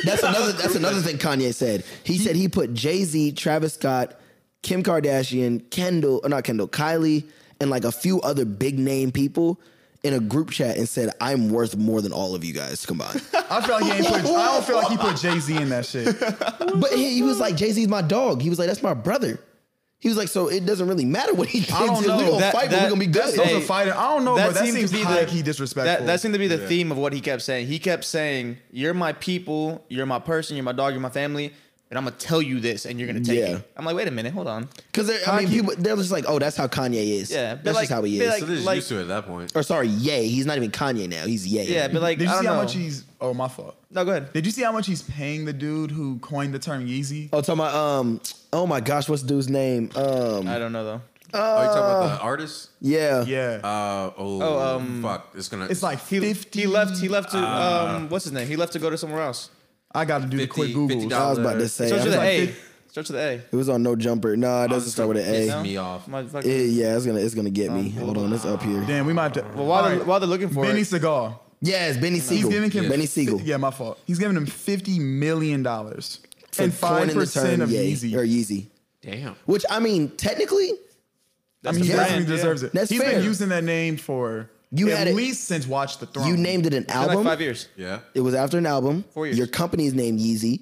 That's another that's another thing Kanye said. He said he put Jay-Z, Travis Scott, Kim Kardashian, Kendall, or not Kendall, Kylie, and like a few other big name people in a group chat and said, I'm worth more than all of you guys combined.
I feel like he ain't put, I don't feel like he put Jay Z in that shit.
but he, he was like, Jay-Z's my dog. He was like, that's my brother. He was like, so it doesn't really matter what he thinks.
don't
We're
know.
gonna
That-
fight, but
that-
we're gonna be good.
that's
Those
Hey,
a fighter. I don't know, bro. That
seemed
seems
to be
high
the-
key disrespectful.
That, that seemed to be the theme of what he kept saying. He kept saying, "You're my people. You're my person. You're my dog. You're my family." And I'm gonna tell you this, and you're gonna take
Yeah.
it. I'm like, wait a minute, hold on.
Because I mean, people they're just like, oh, that's how Kanye is.
Yeah, but
that's
like-
just how he
but
is.
So they're just
Like-
used to it at that point.
or sorry, Yay. He's not even Kanye now. He's Yay.
Yeah, but like,
Did you
I
see
don't
how
know.
much he's? Oh, my fault.
no, go ahead.
Did you see how much he's paying the dude who coined the term Yeezy?
oh, talking about um, oh my gosh, what's the dude's name? Um,
I don't know though.
Are you Oh, talking about
uh,
the artist?
yeah,
Yeah,
Uh, oh,
Oh, um,
fuck. It's gonna.
it's like
He,
fifty.
he left. He left to um, what's his name? He left to go to somewhere else.
I got to do the
50
quick Google.
$50.
I was about to say.
Starts
I
with
was
an
like,
A.
fif-
Starts with an
it was on No Jumper. No, it doesn't start with an
Piss
A.
No?
me off.
A. Motherfucker.
It- yeah, it's gonna it's gonna get me.
Oh,
Hold on, it's up here.
Damn, we might have to. Well,
While, they're, while they're looking for
Benny
it,
Seagal.
Yeah, it's Benny Siegel.
giving him-
Benny Siegel.
Yeah, my fault. He's giving him fifty million dollars
For
and five
coining the
percent
term
of
Ye
Yeezy.
or Yeezy.
Damn.
Which I mean, technically,
I mean,
the
he
brand,
definitely
yeah.
deserves it.
That's
He's
fair.
been using that name for
You
at
had it-
least since Watch the Throne.
you named it an
it's been
album.
like five years.
Yeah.
It was after an album.
Four years.
Your company's named Yeezy.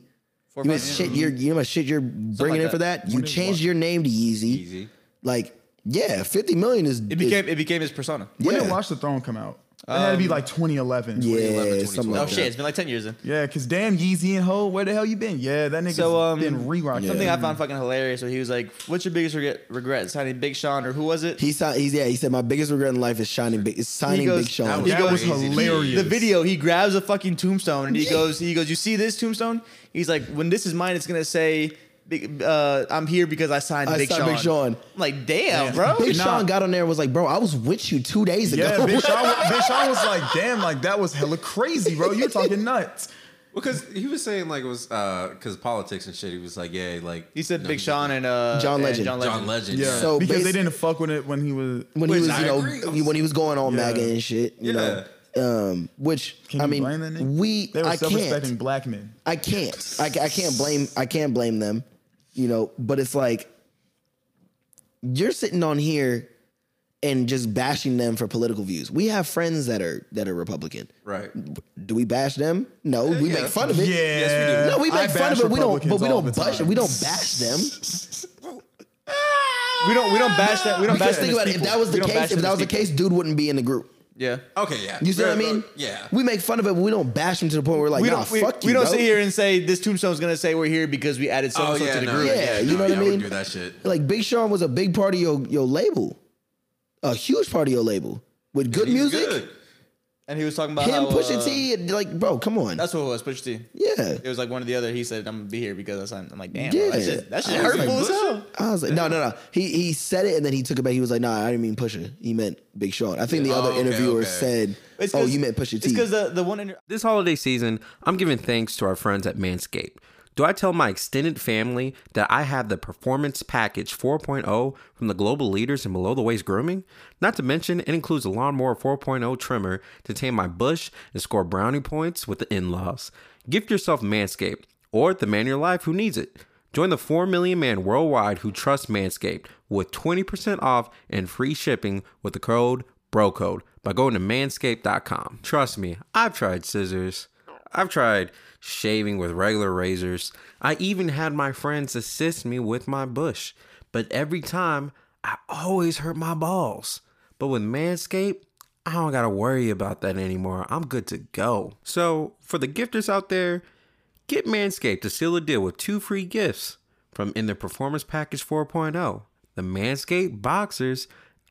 Four, or
You know
five years.
shit you're you know shit you're bringing
like
in for
that.
that. You changed your name to Yeezy.
Yeezy.
Like yeah, fifty million is
It became it became his persona.
yeah.
When did Watch the Throne come out? That had to be
Um,
like 2011.
Yeah,
2011,
something
2012.
Oh
like
shit,
that.
it's been like ten years. Then.
Yeah, cause damn Yeezy and Ho, where the hell you been? Yeah, that nigga's
So, um,
been re-rocking.
Something I found fucking hilarious. Where he was like, "What's your biggest regret? Regrets? Signing Big Sean or who was it?"
He signed. He's yeah. He said my biggest regret in life is shining. Big, is signing
goes-
Big Sean.
That
that was
was easy.
hilarious.
the video, he grabs a fucking tombstone and he goes, he goes, you see this tombstone? He's like, when this is mine, it's gonna say, Big- uh, I'm here because I signed
I
Big
signed
Sean.
Big Sean.
I'm like, damn, bro.
Big
Nah.
Sean got on there and was like, bro, I was with you two days ago.
Yeah, bitch, Sean, bitch, Sean was like, damn, like that was hella crazy, bro. You're talking nuts.
Because he was saying like it was because politics and shit. He was like, yeah, like
He said
you know,
Big
he-
Sean and uh,
John
and
Legend.
John Legend.
John Legend.
Yeah,
Yeah.
So
because they
basi-
didn't fuck with it when he was.
when
Which
he was,
I
you know,
agree.
when he was going on
Yeah.
MAGA and shit. You
Yeah.
know, um, which
Can you
I mean,
blame that nigga?
we
They were
I
self-respecting
can't,
black men.
I can't, I, I can't blame, I can't blame them. You know, but it's like you're sitting on here and just bashing them for political views. We have friends that are that are Republican.
Right.
Do we bash them? No, we
yeah.
make fun of it.
Yes,
No, we
Uh, I
make fun
bash
of it. We don't, but
Republicans
we
all
don't
the
bash.
time.
We don't bash them.
We don't, we don't bash that. We don't
Because
bash
think
them
about
as
it. If
people.
that was
We
the
don't bash
case, if
them
that
as
was the
people.
case, dude wouldn't be in the group.
yeah.
Okay. Yeah.
You see what I
Yeah,
mean?
Yeah.
We make fun of it, but we don't bash him to the point where we're like,
We
nah,
don't, we,
fuck you.
we don't
bro.
sit here and say this tombstone's gonna say we're here because we added so
Oh
and so
yeah.
to the
No,
group.
Yeah, you know
no,
what I
we
mean?
Do that shit.
Like Big Sean was a big part of your your label, a huge part of your label with good
He's
music.
good.
And he was talking about
Him,
how,
Pusha
uh,
T, and, like, bro, come on.
That's what it was, Pusha T.
yeah,
It was like one or the other. He said, "I'm gonna be here because I signed." I'm like, damn,
Yeah.
bro, that shit, that shit
I was
hurtful
like,
as hell.
I was like, no, no, no. He he said it and then he took it back. He was like, nah, I didn't mean Pusha. He meant Big Sean. I think the
Yeah.
other
Oh, okay,
interviewer
okay.
said,
It's
oh,
'cause-
you meant Pusha
It's
T.
because the the one inter-
This holiday season, I'm giving thanks to our friends at Manscaped. Do I tell my extended family that I have the Performance Package 4.0 from the global leaders in below the waist grooming? Not to mention, it includes a lawnmower 4.0 trimmer to tame my bush and score brownie points with the in laws. Gift yourself Manscaped or the man in your life who needs it. Join the 4 million man worldwide who trust Manscaped with 20% off and free shipping with the code BROCODE by going to manscaped.com. Trust me, I've tried scissors. I've tried shaving with regular razors. I even had my friends assist me with my bush. But every time, I always hurt my balls. But with Manscaped, I don't gotta worry about that anymore. I'm good to go. So, for the gifters out there, Get Manscaped to seal a deal with two free gifts from in their Performance Package 4.0, the Manscaped Boxers,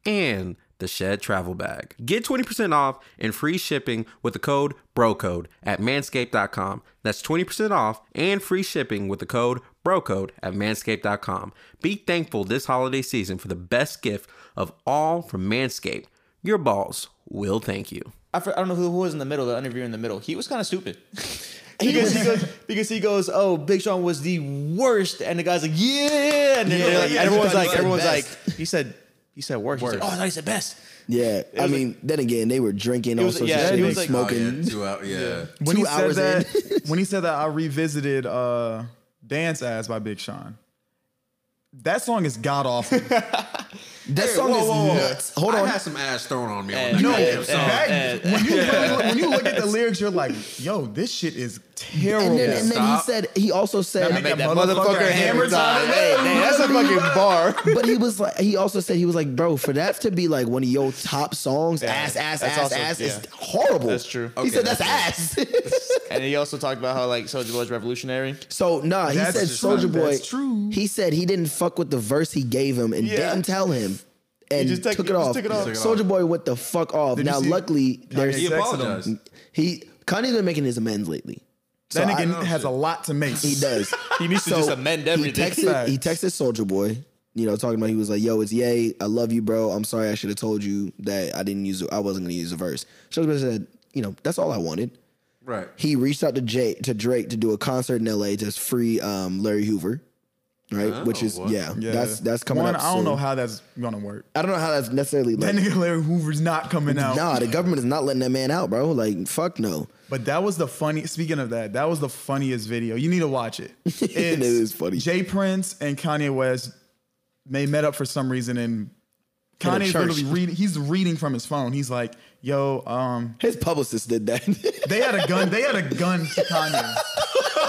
and the Shed Travel Bag. Get 20% off and free shipping with the code BROCODE at manscaped.com. That's 20% off and free shipping with the code BROCODE at manscaped.com. Be thankful this holiday season for the best gift of all from Manscaped. Your balls will thank you.
I, for, I don't know who, who was in the middle, the interviewer in the middle. He was kind of stupid.
He
because, he
was-
goes, because he goes, oh, Big Sean was the worst, and the guy's like, yeah, and then they're like,
yeah, he thought
everyone's
he
like,
said
everyone's
best.
like, he said, he said worst. He's like, oh, I thought he said best.
yeah, I
was-
mean, then again, they were drinking all
was-
sorts
yeah,
of
he
shit,
was like-
Oh,
smoking.
yeah. Two out. Yeah.
When
Two
he
hours
said that, when he said that, I revisited uh, "Dance Ass" by Big Sean. That song is god awful.
That song
whoa, whoa, whoa.
is nuts. Hold
I
on,
had some ass thrown on me.
Hey,
on that
no,
goddamn
hey,
song.
That-
eh,
when, you really look, when you look at the lyrics, you're like, "Yo, this shit is terrible."
And then, and then he
Stop.
said he also said,
I make
That
that
motherfucker
motherfucker
hammer
hammer
time.
time.
Hey, hey, that's a fucking bar.
but he was like, he also said he was like, bro, for that to be like one of your top songs, ass, ass,
that's
ass,
also-
ass,
yeah.
is horrible.
That's true.
he
Okay,
said that's, ass.
And he also talked about how like Soulja Boy's revolutionary.
so nah, he
That's
said
just
Soldier
fine.
Boy.
That's true.
He said he didn't fuck with the verse he gave him and
Yeah.
didn't tell him. And
just took-
took,
he
it
just
off.
took it off. Took
it off.
Soldier Boy went the fuck off.
Did you
now,
see-
luckily, there's
He
Sexism.
apologized.
he Kanye's been making his amends lately. So
That
I-
nigga has a lot to make.
He does.
He needs to just amend everything.
He texted,
Facts.
he texted Soldier Boy, you know, talking about he was like, "Yo, it's Yay. I love you, bro. I'm sorry I should have told you that I didn't use. I wasn't gonna use the verse." Soldier Boy said, "You know, that's all I wanted."
Right.
He reached out to Jay to Drake to do a concert in L.A. just free um, Larry Hoover, right?
Oh,
Which is yeah,
Yeah.
that's that's coming
One,
up.
I don't
soon.
know how that's gonna work.
I don't know how that's necessarily.
That
Like,
nigga Larry Hoover's not coming out.
nah, the government is not letting that man out, bro. Like, fuck no.
But that was the funny. Speaking of that, that was the funniest video. You need to watch it. It's
It is funny.
Jay Prince and Kanye West they met up for some reason, and Kanye's
church.
literally reading. He's reading from his phone. He's like, "Yo, um,
His publicist did that.
they had a gun. They had a gun to Kanye.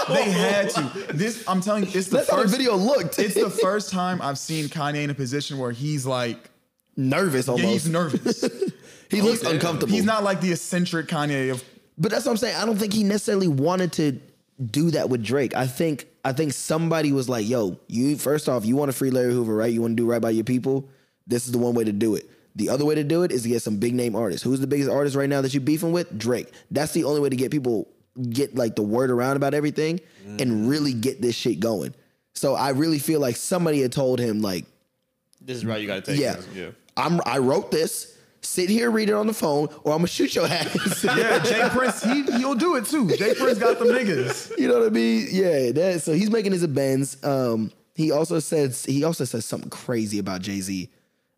they had to. This, I'm telling you, it's the
that's how the
first
video looked.
It's the first time I've seen Kanye in a position where he's like,
nervous
yeah,
almost.
he's nervous.
He looks uncomfortable.
He's not like the eccentric Kanye of
But that's what I'm saying. I don't think he necessarily wanted to do that with Drake. I think I think somebody was like, "Yo, you first off, you want to free Larry Hoover, right? You want to do right by your people. This is the one way to do it. The other way to do it is to get some big name artists. Who's the biggest artist right now that you beefing with? Drake. That's the only way to get people get like the word around about everything and really get this shit going. So I really feel like somebody had told him like
This is right. You got to take.
yeah.
it. yeah.
I'm I wrote this. Sit here, read it on the phone, or I'm gonna shoot your ass.
yeah. Jay Prince, he he'll do it too. Jay Prince got them niggas.
you know what I mean? Yeah. That, so he's making his amends. Um, he also says he also says something crazy about Jay Z.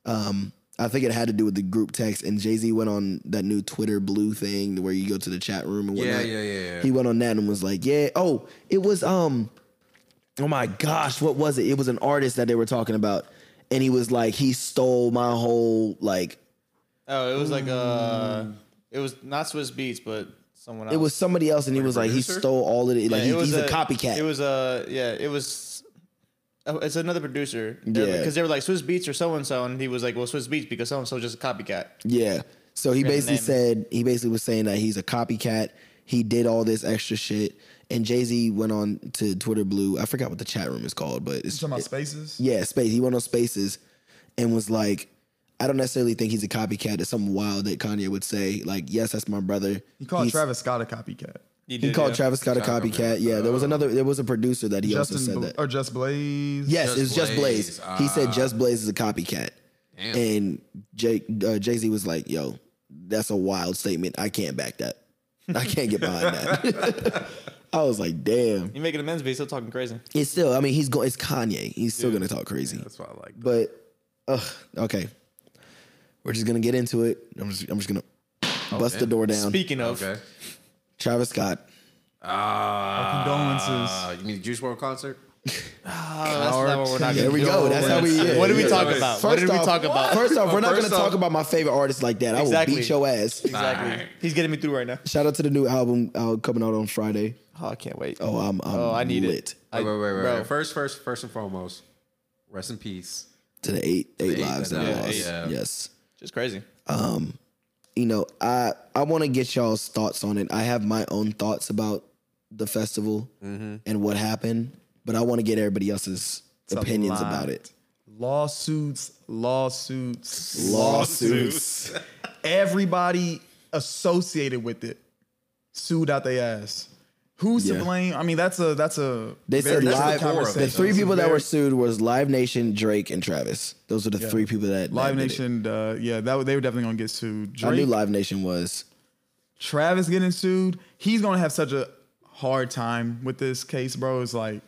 Um, I think it had to do with the group text, and Jay Z went on that new Twitter blue thing where you go to the chat room and
Yeah,
whatnot.
yeah, yeah, yeah.
He went on that and was like, "Yeah, oh, it was um, oh my gosh, what was it? It was an artist that they were talking about, and he was like, he stole my whole like
Oh, it was like uh, it was not Swiss Beats, but someone else.
It was somebody else, and he was like, he
producer?
stole all of it. Like
Yeah,
he-
it was
he's a, copycat.
It was a yeah. It was. oh, It's another producer. Because
Yeah.
they were like Swiss Beats or so and so, and he was like, "Well, Swiss Beats because so and so just a copycat."
yeah. So he
Forget the
basically
name.
said he basically was saying that he's a copycat. He did all this extra shit, and Jay Z went on to Twitter Blue. I forgot what the chat room is called, but it's
You talking about spaces?
yeah, space. He went on Spaces and was like, I don't necessarily think he's a copycat. It's something wild that Kanye would say. Like, yes, that's my brother.
He called
He's-
Travis Scott a copycat.
He called Travis Scott a
Scott, okay.
copycat. Yeah, there was another. There was a producer that he
Justin
also said
Bla-
that.
or Just Blaze.
Yes,
Just
it was just Blaze.
Blaze. Ah.
he said just Blaze is a copycat, and Jay uh, Jay Z was like, "Yo, that's a wild statement. I can't back that. I can't get behind that." I was like, "Damn."
You making amends, but he's still talking crazy.
It's still. I mean, he's going. It's Kanye. He's still gonna talk crazy.
That's why I like. That.
but ugh, okay, we're just gonna get into it. I'm just. I'm just gonna
Oh,
bust the door down.
Speaking of,
Okay.
Travis Scott.
Ah,
condolences.
You mean the Juice World concert?
uh, that's not what we're not
There
gonna
we
do.
go. That's how we. yeah,
What did we
yeah.
talk about? what did we
off-
talk about?
First off, we're not
First
gonna
off-
talk about my favorite artist like that. I
Exactly.
will beat your ass.
Exactly. He's getting me through right now.
Shout out to the new album uh, coming out on Friday.
Oh, I can't wait.
Oh, I'm, I'm
Oh, I need
lit
it. I-
Wait, wait, wait, wait.
bro.
wait. First, first, first and foremost, rest in peace.
to the eight eight lives
that
that I
I
lost.
lost. Yeah.
Yes,
Just crazy.
you know I I want to get y'all's thoughts on it. I have my own thoughts about the festival and what happened, but I want to get everybody else's
It's a
opinions
lot.
about it.
Lawsuits, lawsuits,
Lawsuits.
Everybody associated with it sued out their ass. Who's
Yeah.
to blame? I mean, that's a that's a
They said
that's a
live.
conversation.
The three
It's
people that
very-
were sued was Live Nation, Drake, and Travis. Those were the three people that that
Live
did it.
Nation. Uh, yeah, that was- they were definitely gonna get sued.
I knew
Drake,
Live Nation was.
Travis getting sued. He's gonna have such a hard time with this case, bro. It's like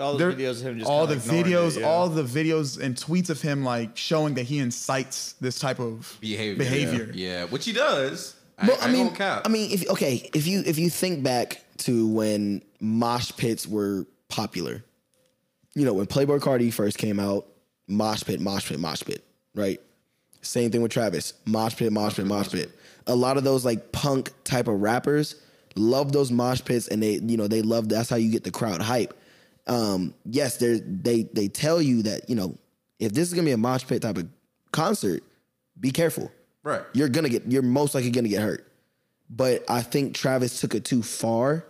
All the
There-
videos of him just
all the
kinda ignoring it,
videos,
yeah.
all the videos and tweets of him like showing that he incites this type of
Behavior.
Behavior.
Yeah, yeah. which he does.
Well,
I,
I, mean,
won't cap.
I mean, if okay, if you if you think back to when mosh pits were popular, you know, when Playboy Cardi first came out, mosh pit, mosh pit, mosh pit, right? Same thing with Travis, mosh pit, mosh pit, mosh pit. A lot of those like punk type of rappers love those mosh pits, and they you know they love that's how you get the crowd hype. Um, yes, they they they tell you that you know if this is gonna be a mosh pit type of concert, be careful
right.
you're gonna get you're most likely gonna get hurt. But I think Travis took it too far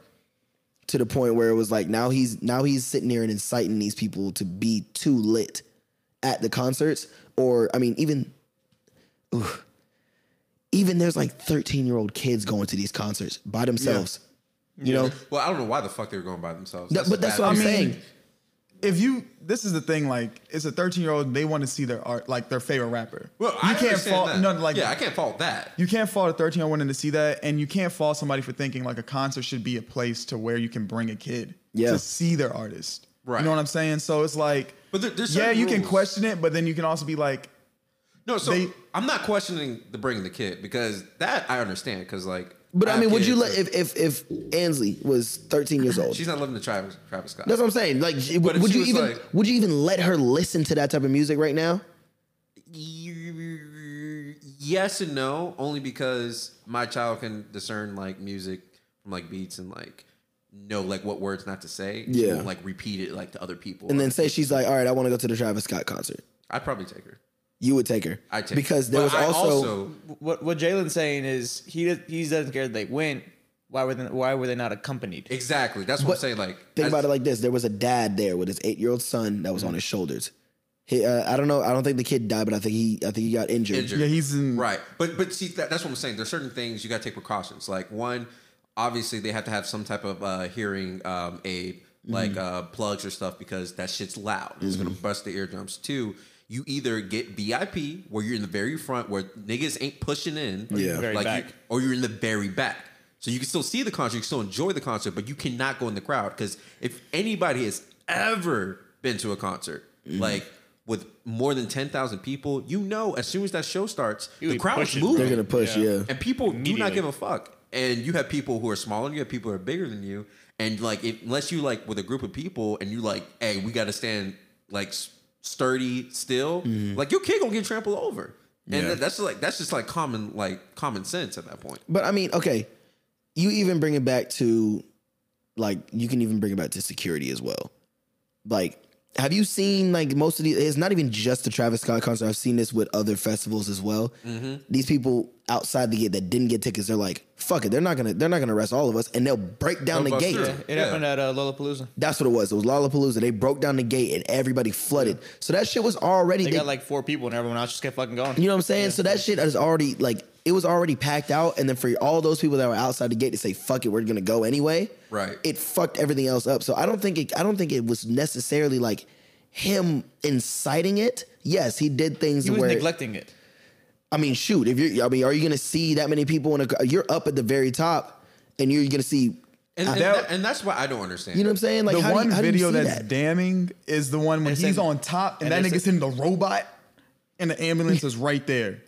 to the point where it was like now he's now he's sitting here and inciting these people to be too lit at the concerts. Or I mean, even oof. even there's like 13 year old kids going to these concerts by themselves. You know?
Well, I don't know why the fuck they were going by themselves.
That- but
the
that's
bad
what I'm
thing.
saying.
if you this is the thing like it's a 13 year old they want to see their art like their favorite rapper
Well,
you
I
can't
understand
fault
that.
no like
yeah, I can't fault that.
you can't fault a 13 year old wanting to see that and you can't fault somebody for thinking like a concert should be a place to where you can bring a kid
Yeah.
to see their artist
Right.
you know what i'm saying so it's like
But there- there's
yeah
certain
you can
rules.
question it but then you can also be like
No, so
They-
I'm not questioning the bringing the kid because that I understand because like.
But I
have
mean, would you
kids,
let
so-
if if if Ansley was 13 years old?
She's not living the Travis, Travis Scott.
That's what I'm saying. Like, she-
But if
would
she
you
was
even
like-
would you even let her listen to that type of music right now?
yes and no, only because my child can discern like music from like beats and like know like what words not to say. She
Yeah.
won't, like repeat it like to other people.
and then
Like,
say she's like, all right, I want to go to the Travis Scott concert.
I'd probably take her.
you would take her.
I take
because there
But
was
I
also,
What what Jalen's saying is he does, he doesn't care that they went. Why were they, why were they not accompanied?
exactly that's what I'm saying. Like
think
as- Mm-hmm.
about it like this: there was a dad there with his eight year old son that was on his shoulders. He, uh, I don't know. I don't think the kid died, but I think he, I think he got injured.
injured.
Yeah, he's in-
right. But but see, that, that's what I'm saying. There's certain things you got to take precautions. Like one, obviously they have to have some type of uh, hearing um, aid, like uh, plugs or stuff, because that shit's loud. It's gonna bust the eardrums. Two. You either get VIP where you're in the very front where niggas ain't pushing in,
Yeah.
Very
like
back.
You, or you're in the very back. So you can still see the concert, you can still enjoy the concert, but you cannot go in the crowd because if anybody has ever been to a concert,
Mm-hmm.
like with more than ten thousand people, you know as soon as that show starts, the
be
crowd's
pushing,
They're
moving,
gonna push,
Yeah.
yeah.
and people do not
Immediately.
give a fuck. And you have people who are smaller, than you have people who are bigger than you, and like if, unless you like with a group of people and you like, hey, we got to stand like s- sturdy still, like your kid gonna get trampled over. And that- that's like that's just like common like common sense at that point.
But I mean, okay, you even bring it back to like you can even bring it back to security as well. Like, have you seen like most of these? It's not even just the Travis Scott concert. I've seen this with other festivals as well.
Mm-hmm.
These people outside the gate that didn't get tickets, they're like, "Fuck it, they're not gonna they're not gonna arrest all of us," and they'll break down
They'll
the
bust
gate.
through.
It
Yeah.
happened at uh, Lollapalooza.
That's what it was. It was Lollapalooza. They broke down the gate and everybody flooded. So that shit was already
They
they-
got like four people and everyone else just kept fucking going.
you know what I'm saying? So that shit is already like it was already packed out, and then for all those people that were outside the gate to say "fuck it," we're gonna go anyway.
Right.
It fucked everything else up. So I don't think it. I don't think it was necessarily like him inciting it. Yes, he did things
he was
where
neglecting it.
I mean, shoot, if you're, I mean, are you gonna see that many people in a? You're up at the very top, and you're gonna see.
And, and,
That-
that- and that's why I don't understand.
You know what I'm saying? Like
the
how do you-
one
how do you
video
see
that's
that?
damning is the one when
And
he's
then-
on top and,
and
that
then-
nigga's hitting the robot and the ambulance is right there.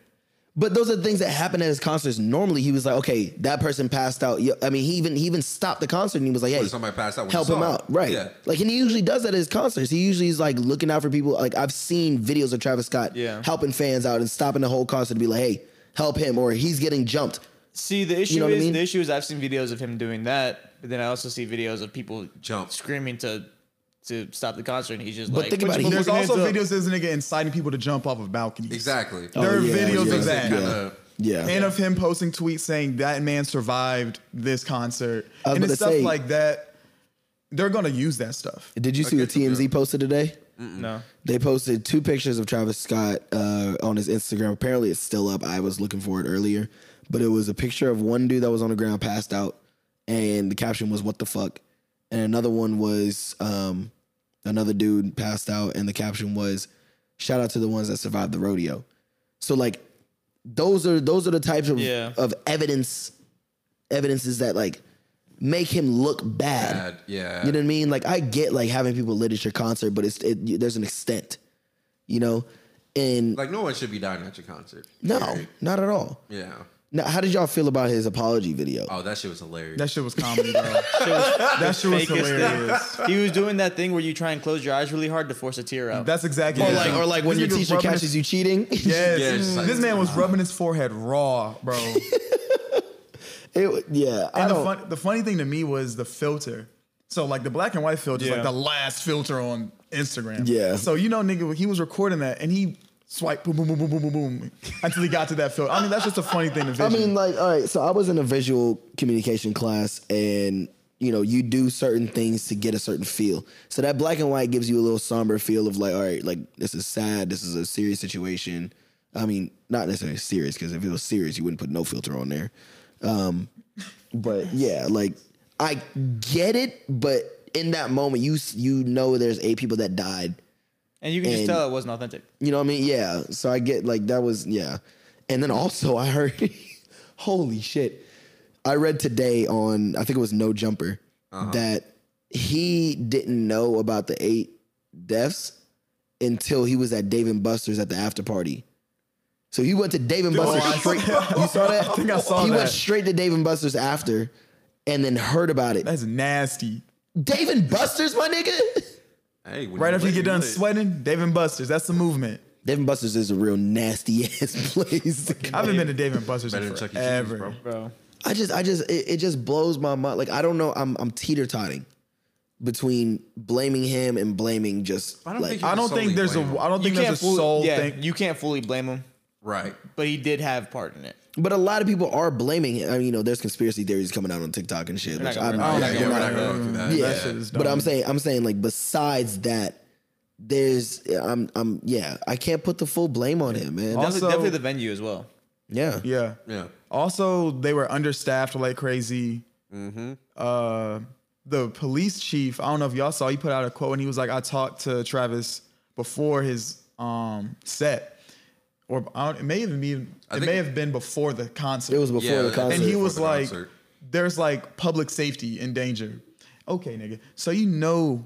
But those are the things that happen at his concerts. Normally, he was like, "Okay, that person passed out." Yeah, I mean, he even he even stopped the concert and he was like, "Hey,
somebody passed out when
help
you
him
saw
out."
it.
Right?
Yeah.
Like, and he usually does that at his concerts. He usually is like looking out for people. Like, I've seen videos of Travis Scott
Yeah.
helping fans out and stopping the whole concert to be like, "Hey, help him," or he's getting jumped.
See, the issue
know what I
is
mean?
the issue is I've seen videos of him doing that, but then I also see videos of people
Jump.
screaming to to stop the concert, and he's just
But
like,
think
"Put
about
your
it,
fucking
There's also
hands up."
videos of this nigga inciting people to jump off of balconies.
Exactly.
There are
Oh, yeah,
videos
yeah,
of that.
yeah. Yeah.
And of him posting tweets saying that man survived this concert.
I was
And
about
it's
to
stuff
say-
like that. They're gonna use that stuff.
Did you see what
get you,
TMZ posted today?
No,
They posted two pictures of Travis Scott uh, on his Instagram. Apparently, it's still up. I was looking for it earlier, but it was a picture of one dude that was on the ground, passed out, and the caption was "What the fuck," and another one was um, another dude passed out, and the caption was "Shout out to the ones that survived the rodeo." So, like, those are those are the types of
Yeah.
of evidence evidences that like make him look
Bad, yeah.
you know what I mean? Like I get like having people lit at your concert, but it's it, you- there's an extent, you know. And
like no one should be dying at your concert.
no, not at all.
Yeah.
Now, how did y'all feel about his apology video?
Oh, that shit was hilarious.
That shit was comedy, bro. that shit was
Fakest thing.
hilarious.
he was doing that thing where you try and close your eyes really hard to force a tear out.
That's exactly
Or like, or like when your teacher catches you cheating.
Yes.
Yeah, it's just like-
this man was rubbing his forehead raw, bro.
It- yeah, I
And the,
don't.
fun, the funny thing to me was the filter. So like the black and white filter is
Yeah.
like the last filter on Instagram.
Yeah.
So you know, nigga, he was recording that and he swiped boom, boom, boom, boom, boom, boom, boom until he got to that filter. I mean, that's just a funny thing to
I
vision.
mean, like, all right. So I was in a visual communication class, and you know, you do certain things to get a certain feel. So that black and white gives you a little somber feel of like, all right, like this is sad. This is a serious situation. I mean, not necessarily serious because if it was serious, you wouldn't put no filter on there. Um, but yeah, like I get it, but in that moment, you s- you know, there's eight people that died.
and you can just
and-
tell it wasn't authentic.
You know what I mean? Yeah. So I get like that was yeah. And then also I heard holy shit. I read today on I think it was No Jumper
Uh-huh.
that he didn't know about the eight deaths until he was at Dave and Buster's at the after party. So he went to Dave and Buster's
I-
straight. You saw that?
I think I saw
he
that.
went straight to Dave and Buster's after and then heard about it.
that's nasty.
Dave and Buster's, my nigga?
hey, when
Right after you
lit,
get done
lit.
sweating, Dave and Buster's. That's the movement.
Dave and Buster's is a real nasty ass place.
I haven't been to Dave and Buster's
Better
in
than Chuck E. Cheese,
forever.
bro.
Bro,
I just, I just, it, it just blows my mind. Like I don't know, I'm, I'm teeter totting. between blaming him and blaming just
I don't
like
think you-
I don't think there's a. I don't think there's a
fully,
soul
yeah,
thing.
You can't fully blame him,
Right.
but he did have part in it.
But a lot of people are blaming him. I mean, you know, there's conspiracy theories coming out on TikTok and shit.
not
Which
gonna
I'm,
Oh,
bring Oh,
yeah,
that
yeah,
I'm
we're
not-
not gonna go through that.
yeah.
That shit is
but
dumb.
I'm saying, I'm saying, like besides that, there's, I'm, I'm, yeah, I can't put the full blame on him, man.
All-
Definitely,
Also-
definitely the venue as well.
yeah,
Yeah.
Yeah.
Also, they were understaffed like crazy. Uh, the police chief, I don't know if y'all saw, he put out a quote and he was like, "I talked to Travis before his um set, or I don't, it may even be, it
think-
may have been before the concert."
it was before
Yeah,
the
and
concert.
and he was
the
like,
concert.
"There's like public safety in danger." Okay, nigga. So you know,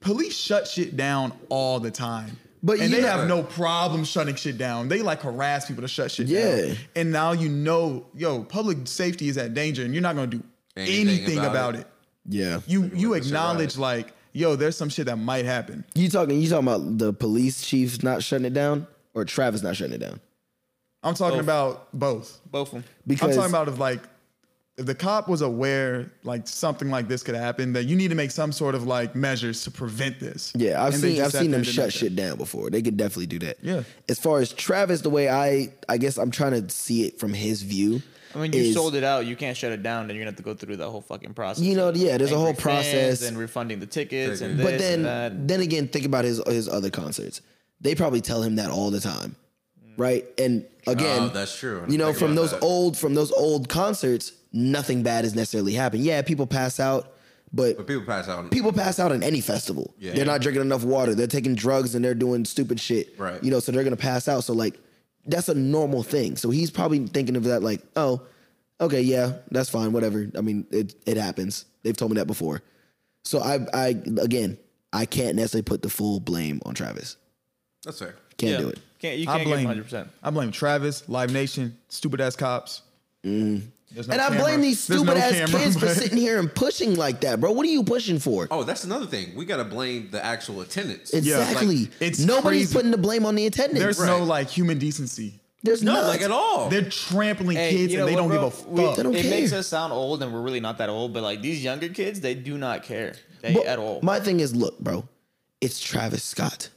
police shut shit down all the time.
But
and
you
they
know-
have no problem shutting shit down. They like harass people to shut shit
Yeah.
down. And now you know, yo, public safety is at danger, and you're not gonna do
Anything
anything,
about
about,
it.
it.
yeah,
You you
you,
let the shit ride.
acknowledge like, yo, there's some shit that might happen.
you talking, you talking about the police chief not shutting it down or Travis not shutting it down?
I'm talking
Oh.
Both.
about both.
Both of them.
Because
I'm talking about if like if the cop was aware like something like this could happen, that you need to make some sort of like measures to prevent this.
Yeah, I've
And they
seen
just
I've
sat
seen
there
them
and did
shut
nothing.
shit down before. They could definitely do that.
Yeah.
As far as Travis, the way I I guess I'm trying to see it from his view.
I mean, you
is-
sold it out. You can't shut it down. Then you're gonna have to go through that whole fucking process.
You know,
of
yeah, there's a
angry
whole
fans
process.
and refunding the tickets and this
But then
and that.
then again, think about his his other concerts. They probably tell him that all the time. Right? And again,
Oh, that's true. I didn't
You know,
think
from
about
those
that.
old from those old concerts, nothing bad has necessarily happened. Yeah, people pass out, but
But people pass out.
people pass out in any festival.
Yeah.
They're not drinking enough water. They're taking drugs and they're doing stupid shit.
Right.
You know, so they're gonna pass out. So like, that's a normal thing. So he's probably thinking of that like, oh, okay, yeah, that's fine, whatever. I mean, it it happens. They've told me that before. So I I again, I can't necessarily put the full blame on Travis.
That's fair.
Can't
Yeah.
do it.
Can't, you
I
can't give
blame
100. percent
I blame Travis, Live Nation, stupid ass cops. There's no
Mm. And I
camera.
blame these
There's
stupid
no
ass
camera,
kids for
but-
sitting here and pushing like that, bro. What are you pushing for?
Oh, that's another thing. We gotta blame the actual attendance.
exactly.
Like,
it's
Nobody's
crazy.
putting the blame on the attendance.
There's
There's,
no
Right.
like human decency.
no,
not.
like at
Oh.
all.
They're trampling kids and they don't give a fuck.
They don't
it
care.
makes us sound old, and we're really not that old. But like these younger kids, they do not care they,
But
at all.
My thing is, look, bro, it's Travis Scott.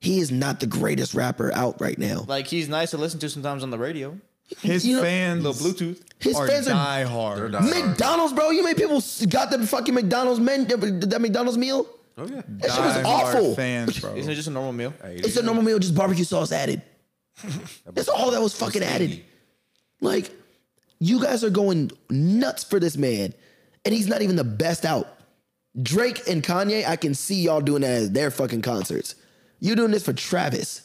He is not the greatest rapper out right now.
like he's nice to listen to sometimes on the radio.
His
you know-
fans
Little Bluetooth.
His
are
fans are
diehard.
They're diehard.
McDonald's, bro. You made people s- got them fucking McDonald's men that McDonald's meal.
Oh yeah.
That shit was
Diehard
awful.
fans, bro.
Isn't it just a normal meal?
It's a normal meal, just barbecue sauce added. That's all that was fucking added. Like, you guys are going nuts for this man, and he's not even the best out. Drake and Kanye, I can see y'all doing that as their fucking concerts. You're doing this for Travis.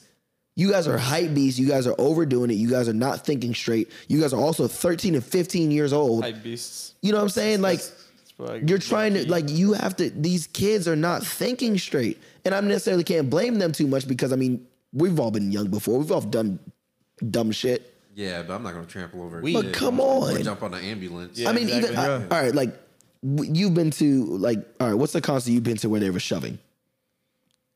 You guys are hype beasts. You guys are overdoing it. You guys are not thinking straight. You guys are also 13 and 15 years old.
Hype beasts.
You know what I'm saying? Like,
It's like-
you're trying to like you have to these kids are not thinking straight and i necessarily can't blame them too much because i mean we've all been young before we've all done dumb shit
Yeah, but I'm not gonna trample over. a
But
kid
come
or
on.
jump on an ambulance.
Yeah.
i mean
exactly.
even I- all right like w- you've been to like all right what's the concert you've been to where they were shoving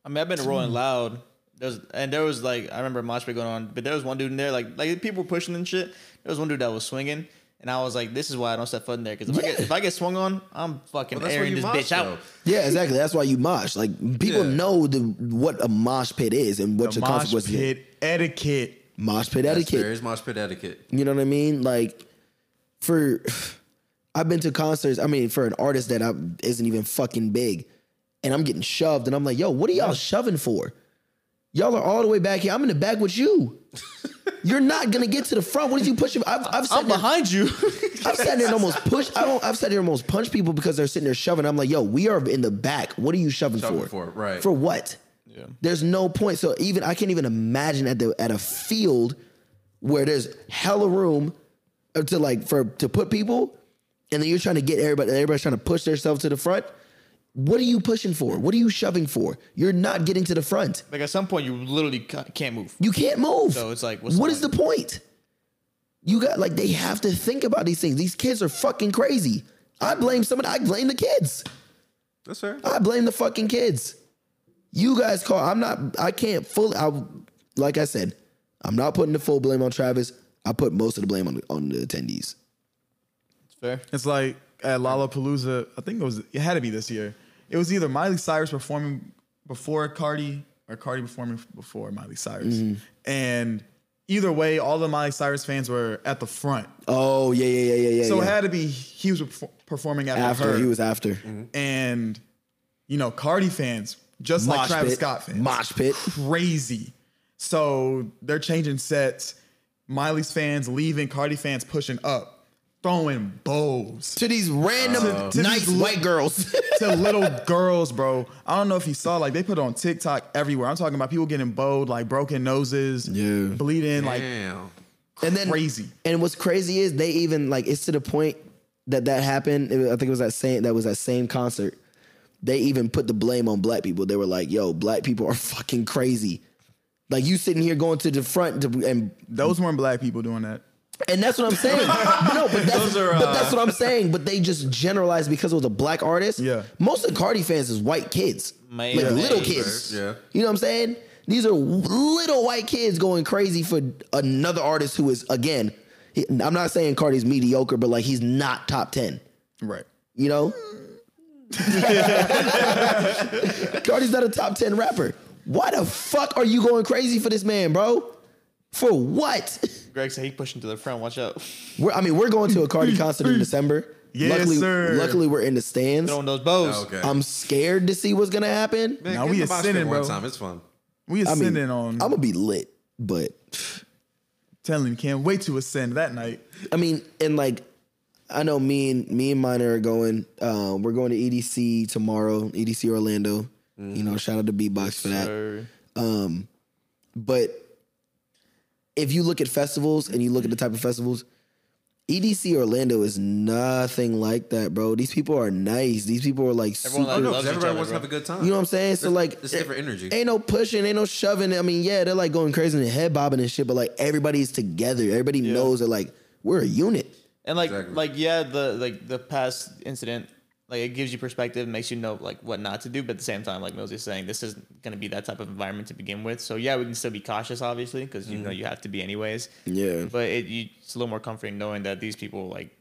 I mean, I've been rolling loud. There's and there was like I remember a mosh pit going on, but there was one dude in there like like people were pushing and shit. There was one dude that was swinging, and I was like, this is why I don't step foot in there because if, I get
Yeah.
if I get swung on, I'm fucking
Well, that's where
airing
you
this
mosh,
bitch out.
though.
yeah exactly that's why you mosh like people
Yeah.
know the what a mosh pit is and what
The
your concert
mosh
was
pit etiquette.
mosh pit
That's fair.
etiquette
It's mosh pit etiquette.
You know what I mean? Like for I've been to concerts, I mean for an artist that I isn't even fucking big and I'm getting shoved and I'm like, "Yo, what are y'all shoving for? Y'all are all the way back here. I'm in the back with you. You're not going to get to the front. What did you push him? I've I've sat
I'm
there,
behind you.
I've sat there and almost pushed I don't, I've sat there and almost punched people because they're sitting there shoving. I'm like, "Yo, we are in the back. What are you shoving,
Shoving
for?
for, right.
For what?" There's no point. So even I can't even imagine at the at a field where there's hella room to like for to put people, and then you're trying to get everybody. Everybody's trying to push themselves to the front. What are you pushing for? What are you shoving for? You're not getting to the front.
like at some point, you literally ca- can't move.
You can't move.
So it's like, what's the
what is the point? You got like they have to think about these things. These kids are fucking crazy. I blame somebody. I blame the kids.
That's fair.
I blame the fucking kids. You guys call. I'm not. I can't fully. I like I said. I'm not putting the full blame on Travis. I put most of the blame on the, on the attendees.
It's fair.
It's like at Lollapalooza, I think it was it had to be this year. It was either Miley Cyrus performing before Cardi or Cardi performing before Miley Cyrus.
Mm-hmm.
And either way, all the Miley Cyrus fans were at the front.
Oh yeah, yeah, yeah, yeah, yeah.
so
yeah.
it had to be he was perfor- performing after,
after
her.
he was after
Mm-hmm. and you know, Cardi fans, just like
Mosh
Travis
pit.
Scott fans,
Mosh pit.
crazy. So they're changing sets. Miley's fans leaving, Cardi fans pushing up, throwing bowls
to these random
To- to
nice
these li-
white girls.
to little girls, bro. I don't know if you saw, like they put it on TikTok everywhere. I'm talking about people getting bowed, like broken noses,
Yeah.
bleeding, like
Damn.
and then
Crazy.
And what's crazy is they even like it's to the point that that happened. it was- I think it was that same that was that same concert. They even put the blame on black people. They were like, "Yo, black people are fucking crazy." Like you sitting here going to the front to, and
those weren't black people doing that.
and that's what I'm saying. But no, but that's,
Those are,
but
uh,
that's what I'm saying. But they just generalized because it was a black artist.
Yeah.
most of the Cardi fans is white kids,
Man,
like
yeah.
little
Yeah.
kids.
Yeah.
you know what I'm saying? These are little white kids going crazy for another artist who is again. he- I'm not saying Cardi's mediocre, but like he's not top ten.
Right.
You know, Cardi's not a top ten rapper. Why the fuck are you going crazy for this man, bro? For what?
Greg said he pushing to the front. Watch out.
We're, I mean, we're going to a Cardi concert in December.
Yes,
luckily,
sir.
Luckily, we're in the stands.
Throwing those bows.
Okay.
I'm scared to see what's gonna happen.
Man,
Nah,
get
we
in the box
ascending,
pit one
bro.
Time. It's fun.
We
I mean,
ascending on.
I'm gonna be lit, but
telling you, can't wait to ascend that night.
I mean, and like, I know me and me and Minor are going. Um, we're going to EDC tomorrow, EDC Orlando. You
Mm-hmm.
know, shout out to Beatbox for that.
Or-
But if you look at festivals and you look at the type of festivals, EDC Orlando is nothing like that, bro. These people are nice. These people are like super.
Everyone
I know because
loves each
everybody
other,
wants to
bro.
have a good time.
You know what I'm saying? So
There's-
like, eh,
it's different energy.
Ain't no pushing, ain't no shoving. I mean, yeah, they're like going crazy and head bobbing and shit, but like everybody's together. Everybody knows that like we're a unit.
And like,
Exactly.
like yeah, the like the past incident, like it gives you perspective, makes you know like what not to do. But at the same time, like Mills is saying, this isn't going to be that type of environment to begin with. So yeah, we can still be cautious, obviously, because you know
Mm-hmm.
you have to be anyways.
Yeah.
But it, you, it's a little more comforting knowing that these people like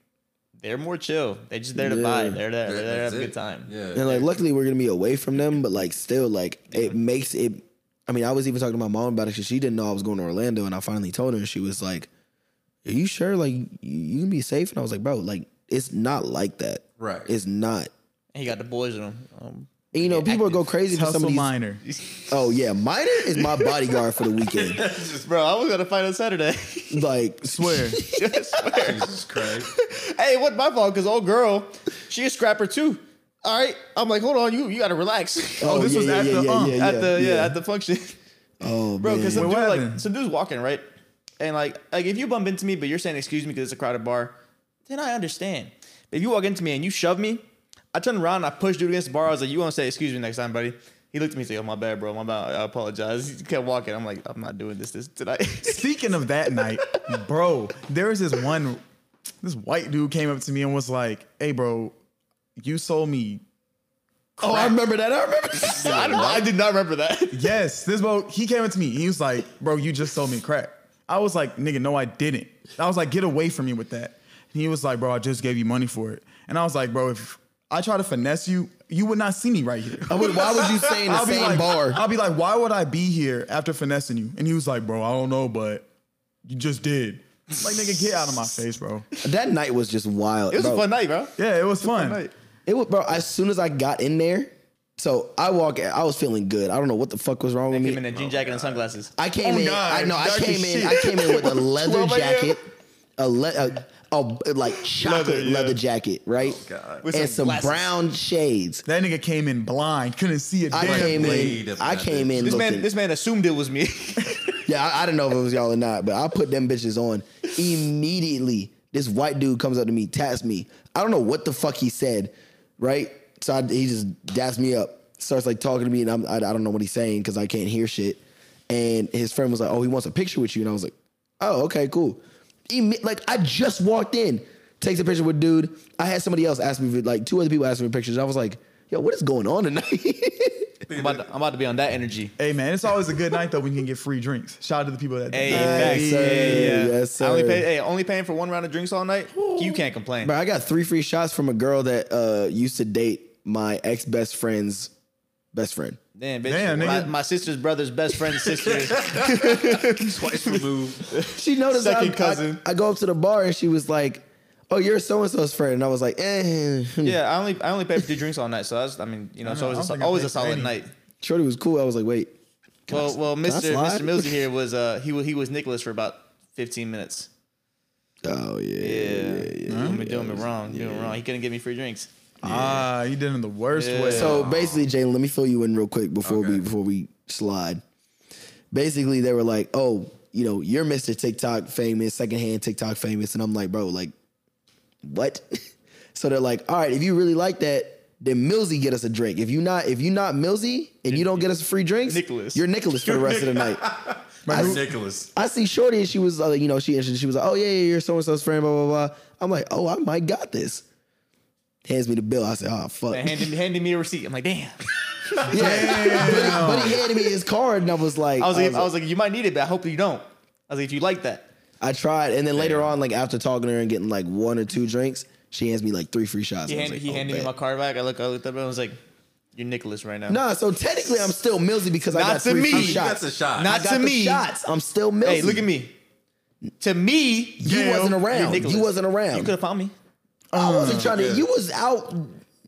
they're more chill. They're just there to vibe. They're there. They're there to
That's
have a
it.
good time.
Yeah.
And like, luckily, we're gonna be away from them, but like, still, like, it makes it. I mean, I was even talking to my mom about it because she didn't know I was going to Orlando, and I finally told her, and she was like, "Are you sure? Like, you- you can be safe?" And I was like, "Bro, like, it's not like that.
Right.
It's not."
And he got the boys in him. Um,
And, you know, people go crazy for
Hustle
some of these.
minor.
Oh yeah, minor is my bodyguard for the weekend.
bro, I was gonna fight on Saturday.
Like,
Swear.
Jesus Christ.
hey, what my fault? Because old girl, she a scrapper too. All right, I'm like, hold on, you you gotta relax.
oh,
this
yeah,
was
yeah,
at
yeah,
the,
yeah,
um,
yeah,
at the yeah,
yeah.
at the function,
Oh,
bro.
man.
Because some
Wait, what
dude like
happened?
some dude's walking right, and like like if you bump into me, but you're saying excuse me because it's a crowded bar, then I understand. But if you walk into me and you shove me, I turn around, and I push dude against the bar. I was like, you want to say excuse me next time, buddy. He looked at me and said, "Oh my bad, bro. My bad. I apologize." He kept walking. I'm like, "I'm not doing this this tonight."
Speaking of that night, bro, there was this one, this white dude came up to me and was like, "Hey, bro, you sold me."
oh, I remember that. I remember. I, don't, I did not remember that.
Yes, this bro. He came up to me. He was like, "Bro, you just sold me crack." I was like, "Nigga, no, I didn't." I was like, "Get away from me with that." And he was like, "Bro, I just gave you money for it." And I was like, "Bro, if I try to finesse you, you would not see me right here."
I would- why would you say in the
I'll be
same
like,
bar?
I'll be like, why would I be here after finessing you? And he was like, bro, I don't know, but you just did. I'm Like, nigga, get out of my face, bro.
that night was just wild.
It was
bro.
a fun night, bro.
Yeah, it was fun.
night.
It was, bro. As soon as I got in there, so I walk. I was feeling good. I don't know what the fuck was wrong with
Came in
me.
a jean jacket and sunglasses.
I came
Oh,
in.
God.
I know. I
Dark as
came in.
shit.
I came in with a leather
12 a.m.
jacket, a, le- a, a, like chocolate leather, jacket, right?
God.
With
and some
glasses.
brown shades.
That nigga came in blind, couldn't see a
I
damn
came
thing.
blade
in.
up
I
that
came
bitch.
in
This
looking.
man, this man assumed it was me.
yeah, I, I didn't know if it was y'all or not, but I put them bitches on immediately. This white dude comes up to me, taps me. I don't know what the fuck he said, right? So I, he just daps me up, starts like talking to me, and I'm, I, I don't know what he's saying because I can't hear shit. And his friend was like, "Oh, he wants a picture with you," and I was like, "Oh, okay, cool." Imme- like I just walked in, takes a picture with dude. I had somebody else ask me, for, like two other people asked me for pictures. I was like, "Yo, what is going on tonight?"
I'm, about to, I'm about to be on that energy.
Hey man, it's always a good night though when you can get free drinks. Shout out to the people that
Hey,
did that.
Yes,
facts.
sir.
yeah, yeah.
Yes,
I only
sir.
pay, hey, only paying for one round of drinks all night. You can't complain.
Bro, I got three free shots from a girl that uh, used to date my ex best friend's best friend.
Damn, bitch.
Damn,
my,
nigga.
my sister's brother's best friend's sister.
Twice removed.
She noticed
Second
I,
cousin.
I, I go up to the bar and she was like, "Oh, you're so and so's friend," and I was like, "Eh."
yeah, I only I only paid for two drinks all night, so that's I mean, you know, it's
know, I
always a,
don't
sol-
think I
always
paid
a
for
solid
any.
night.
Shorty was cool. I was like, "Wait,
Well, well, Mister
slide?
Mister Millsy here was uh he was he was Nicholas for about fifteen minutes.
oh yeah, yeah,
Yeah,
yeah."
doing me doing me wrong, doing me wrong. He couldn't give me free drinks.
Ah, you did it in the worst
Yeah.
way.
So basically, Jalen, let me fill you in real quick before we
Okay.
before we slide. Basically, they were like, "Oh, you know, you're Mr. TikTok famous, secondhand TikTok famous," and I'm like, "Bro, like, what?" so they're like, "All right, if you really like that, then Millsy get us a drink. If you not, if you not Millsy and you don't get us free drinks,
Nicholas.
you're Nicholas for the rest of the night."
Ridiculous.
I see Shorty and she was like, you know, she introduced, she was like, oh yeah, yeah, you're so and so's friend, blah blah blah. I'm like, oh, I might got this. Hands me the bill. I said, oh fuck.
And handed me- handed me a receipt. I'm like, damn.
Yeah. But, he- but he handed me his card and I was like,
I was like, I was like, you might need it, but I hope you don't. I was like, if you like that,
I tried. And then later on, like after talking to her and getting like one or two drinks, she hands me like three free shots.
he,
I was
hand,
like,
he
oh,
handed me
bet.
my card back. I look, I looked up, and I was like, you're Nicholas right now.
Nah, so technically I'm still Millsy because I
Not
got
to
three
me.
free
You
shots.
That's a shot.
Not
I got
to
the
me.
shots. I'm still Millsy.
Hey, look at me. To me,
You
Gail,
wasn't
you're
around.
Nicholas.
You wasn't
You
around.
could have found me.
I wasn't trying to. You was out.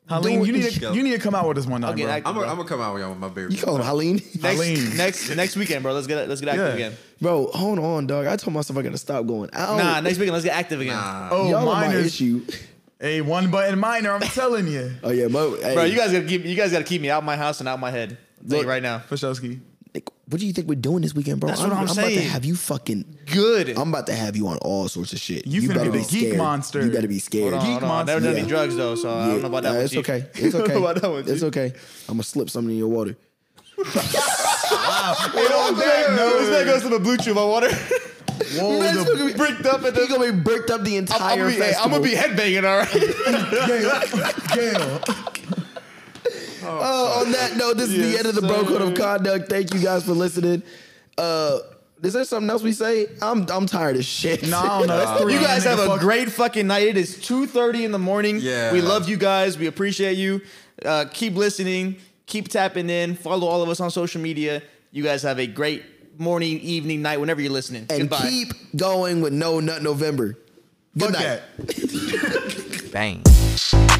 Helene, you
doing-
need to you need to come out with us one night,
Okay,
bro.
I-
I'm gonna come out with y'all with my baby.
You call him Helene.
Helene.
Next, next, next weekend, bro. Let's get let's get active
Yeah.
again.
Bro, hold on, dog. I told myself I gotta stop going out.
Nah, next weekend, let's get active again.
oh,
y'all are my
minors.
issue.
Hey, one button minor. I'm telling you,
Oh yeah, but hey,
Bro, you guys gotta keep you guys gotta keep me out my house and out my head. I'll tell you
Look-
right now.
Fashowski.
Nick, what do you think we're doing this weekend, bro?
That's what I'm
about
saying.
to have you fucking.
Good.
I'm about to have you on all sorts of shit.
You finna
better
be the geek
scared.
monster.
You better be scared.
hold on,
Geek
hold on. I never done
Monster.
any drugs though, so I don't know about that.
Nah,
one,
it's
Chief.
okay. It's
I don't
okay.
know about that one,
it's
Chief.
okay. I'm gonna slip something in your water.
Oh, that
No, this man
no.
goes to the blue chew my water.
Whoa,
Man's
the-
gonna be bricked up at
You
the.
Oh, gonna be bricked up the
I'm
entire
gonna be, hey,
festival.
I'm gonna be headbanging, all right.
Gail.
Oh, on that note, this is the end of the bro code of conduct. Thank you guys for listening. Uh, is there something else we say? I'm I'm tired of shit.
Nah, I don't know. That's three.
You guys
nigga,
have a
fuck
great fucking night. It is 2.30 in the morning.
Yeah.
We love you guys. We appreciate you. Uh, keep listening. Keep tapping in. Follow all of us on social media. You guys have a great morning, evening, night, whenever you're listening.
and
Goodbye.
keep going with no nut November.
Fuck
Good night.
that.
Bang.